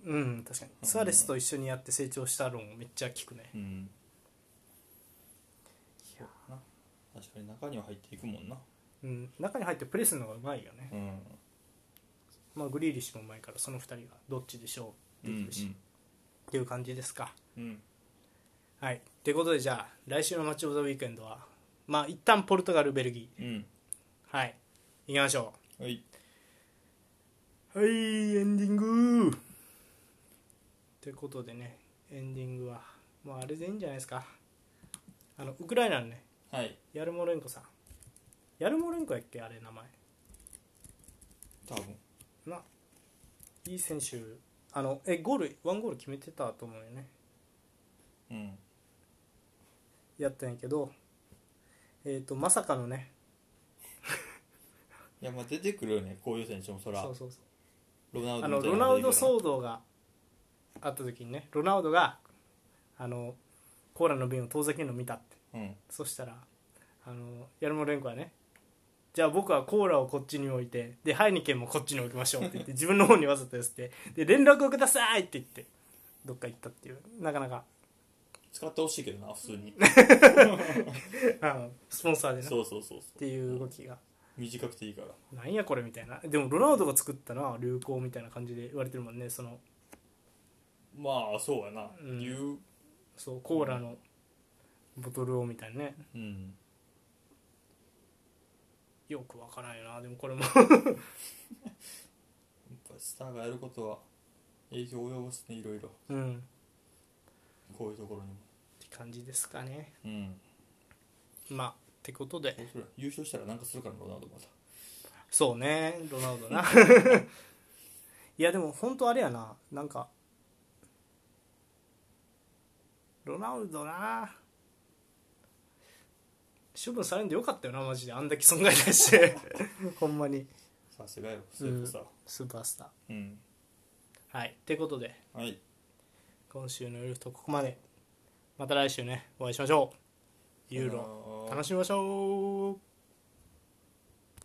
Speaker 1: うん確かにスアレスと一緒にやって成長した論めっちゃ聞くね
Speaker 2: うんそうだな確かに中には入っていくもんな
Speaker 1: うん、中に入ってプレスのがうまいよね、
Speaker 2: うん
Speaker 1: まあ、グリーリッシュもうまいからその2人がどっちでしょうできるし、っていう感じですか
Speaker 2: うんうん
Speaker 1: はいということでじゃあ来週のマッチ・オブ・ザ・ウィークエンドはまあ一旦ポルトガルベルギ
Speaker 2: うん、うん
Speaker 1: ーはい行きましょ
Speaker 2: はい、
Speaker 1: うはいエンディングということでねエンディングはもうあれでいいんじゃないですかあのウクライナのね
Speaker 2: はい、
Speaker 1: ヤルモレンコさんヤルモレンコやっけあれ名前
Speaker 2: 多分
Speaker 1: ないい選手あのえゴールワンゴール決めてたと思うよね
Speaker 2: うん
Speaker 1: やったんやけどえっ、とまさかのね
Speaker 2: いやまあ出てくるよねこういう選手もそら
Speaker 1: そうそうそう
Speaker 2: ロナウド
Speaker 1: あの
Speaker 2: みたい
Speaker 1: ロ
Speaker 2: な
Speaker 1: ナ
Speaker 2: の
Speaker 1: ウ
Speaker 2: 出て
Speaker 1: ド
Speaker 2: くるよ
Speaker 1: 騒動があった時にねロナウドがあのコーラの瓶を遠ざけるのを見たって
Speaker 2: なうん
Speaker 1: そしたらあのヤルモレンコはねじゃあ僕はコーラをこっちに置いてでハイニケンもこっちに置きましょうって言って自分の方にわざと寄せてで連絡をくださいって言ってどっか行ったっていうなかなか
Speaker 2: 使ってほしいけどな普 通に
Speaker 1: あのスポンサーでなっ
Speaker 2: そうそうそうそ
Speaker 1: て
Speaker 2: う
Speaker 1: いう動きが
Speaker 2: 短くていいから
Speaker 1: なんやこれみたいなでもロナウドが作ったな流行みたいな感じで言われてるもんねその
Speaker 2: まあそうやな、
Speaker 1: うん
Speaker 2: 言う
Speaker 1: そうコーラのボトルをみたいなね
Speaker 2: うん
Speaker 1: よくわからんよなでもこれも
Speaker 2: やっぱスターがやることは影響を及ぼすねいろいろ
Speaker 1: うんっ
Speaker 2: こういうところにも
Speaker 1: て感じですかね
Speaker 2: うん
Speaker 1: まあってことで
Speaker 2: そうする優勝したらなんかするからロナウドまた
Speaker 1: そうねロナウドな いやでも本当あれやななんかロナウドな処分されんでよかったよなマジであんだけ損害出してほんまに
Speaker 2: さすがよスープさ
Speaker 1: スーパースタ
Speaker 2: うん、
Speaker 1: ーはいってことで
Speaker 2: はい
Speaker 1: 今週の夜とここまでまた来週ねお会いしましょうユーロ
Speaker 2: ロ
Speaker 1: 楽しみましょう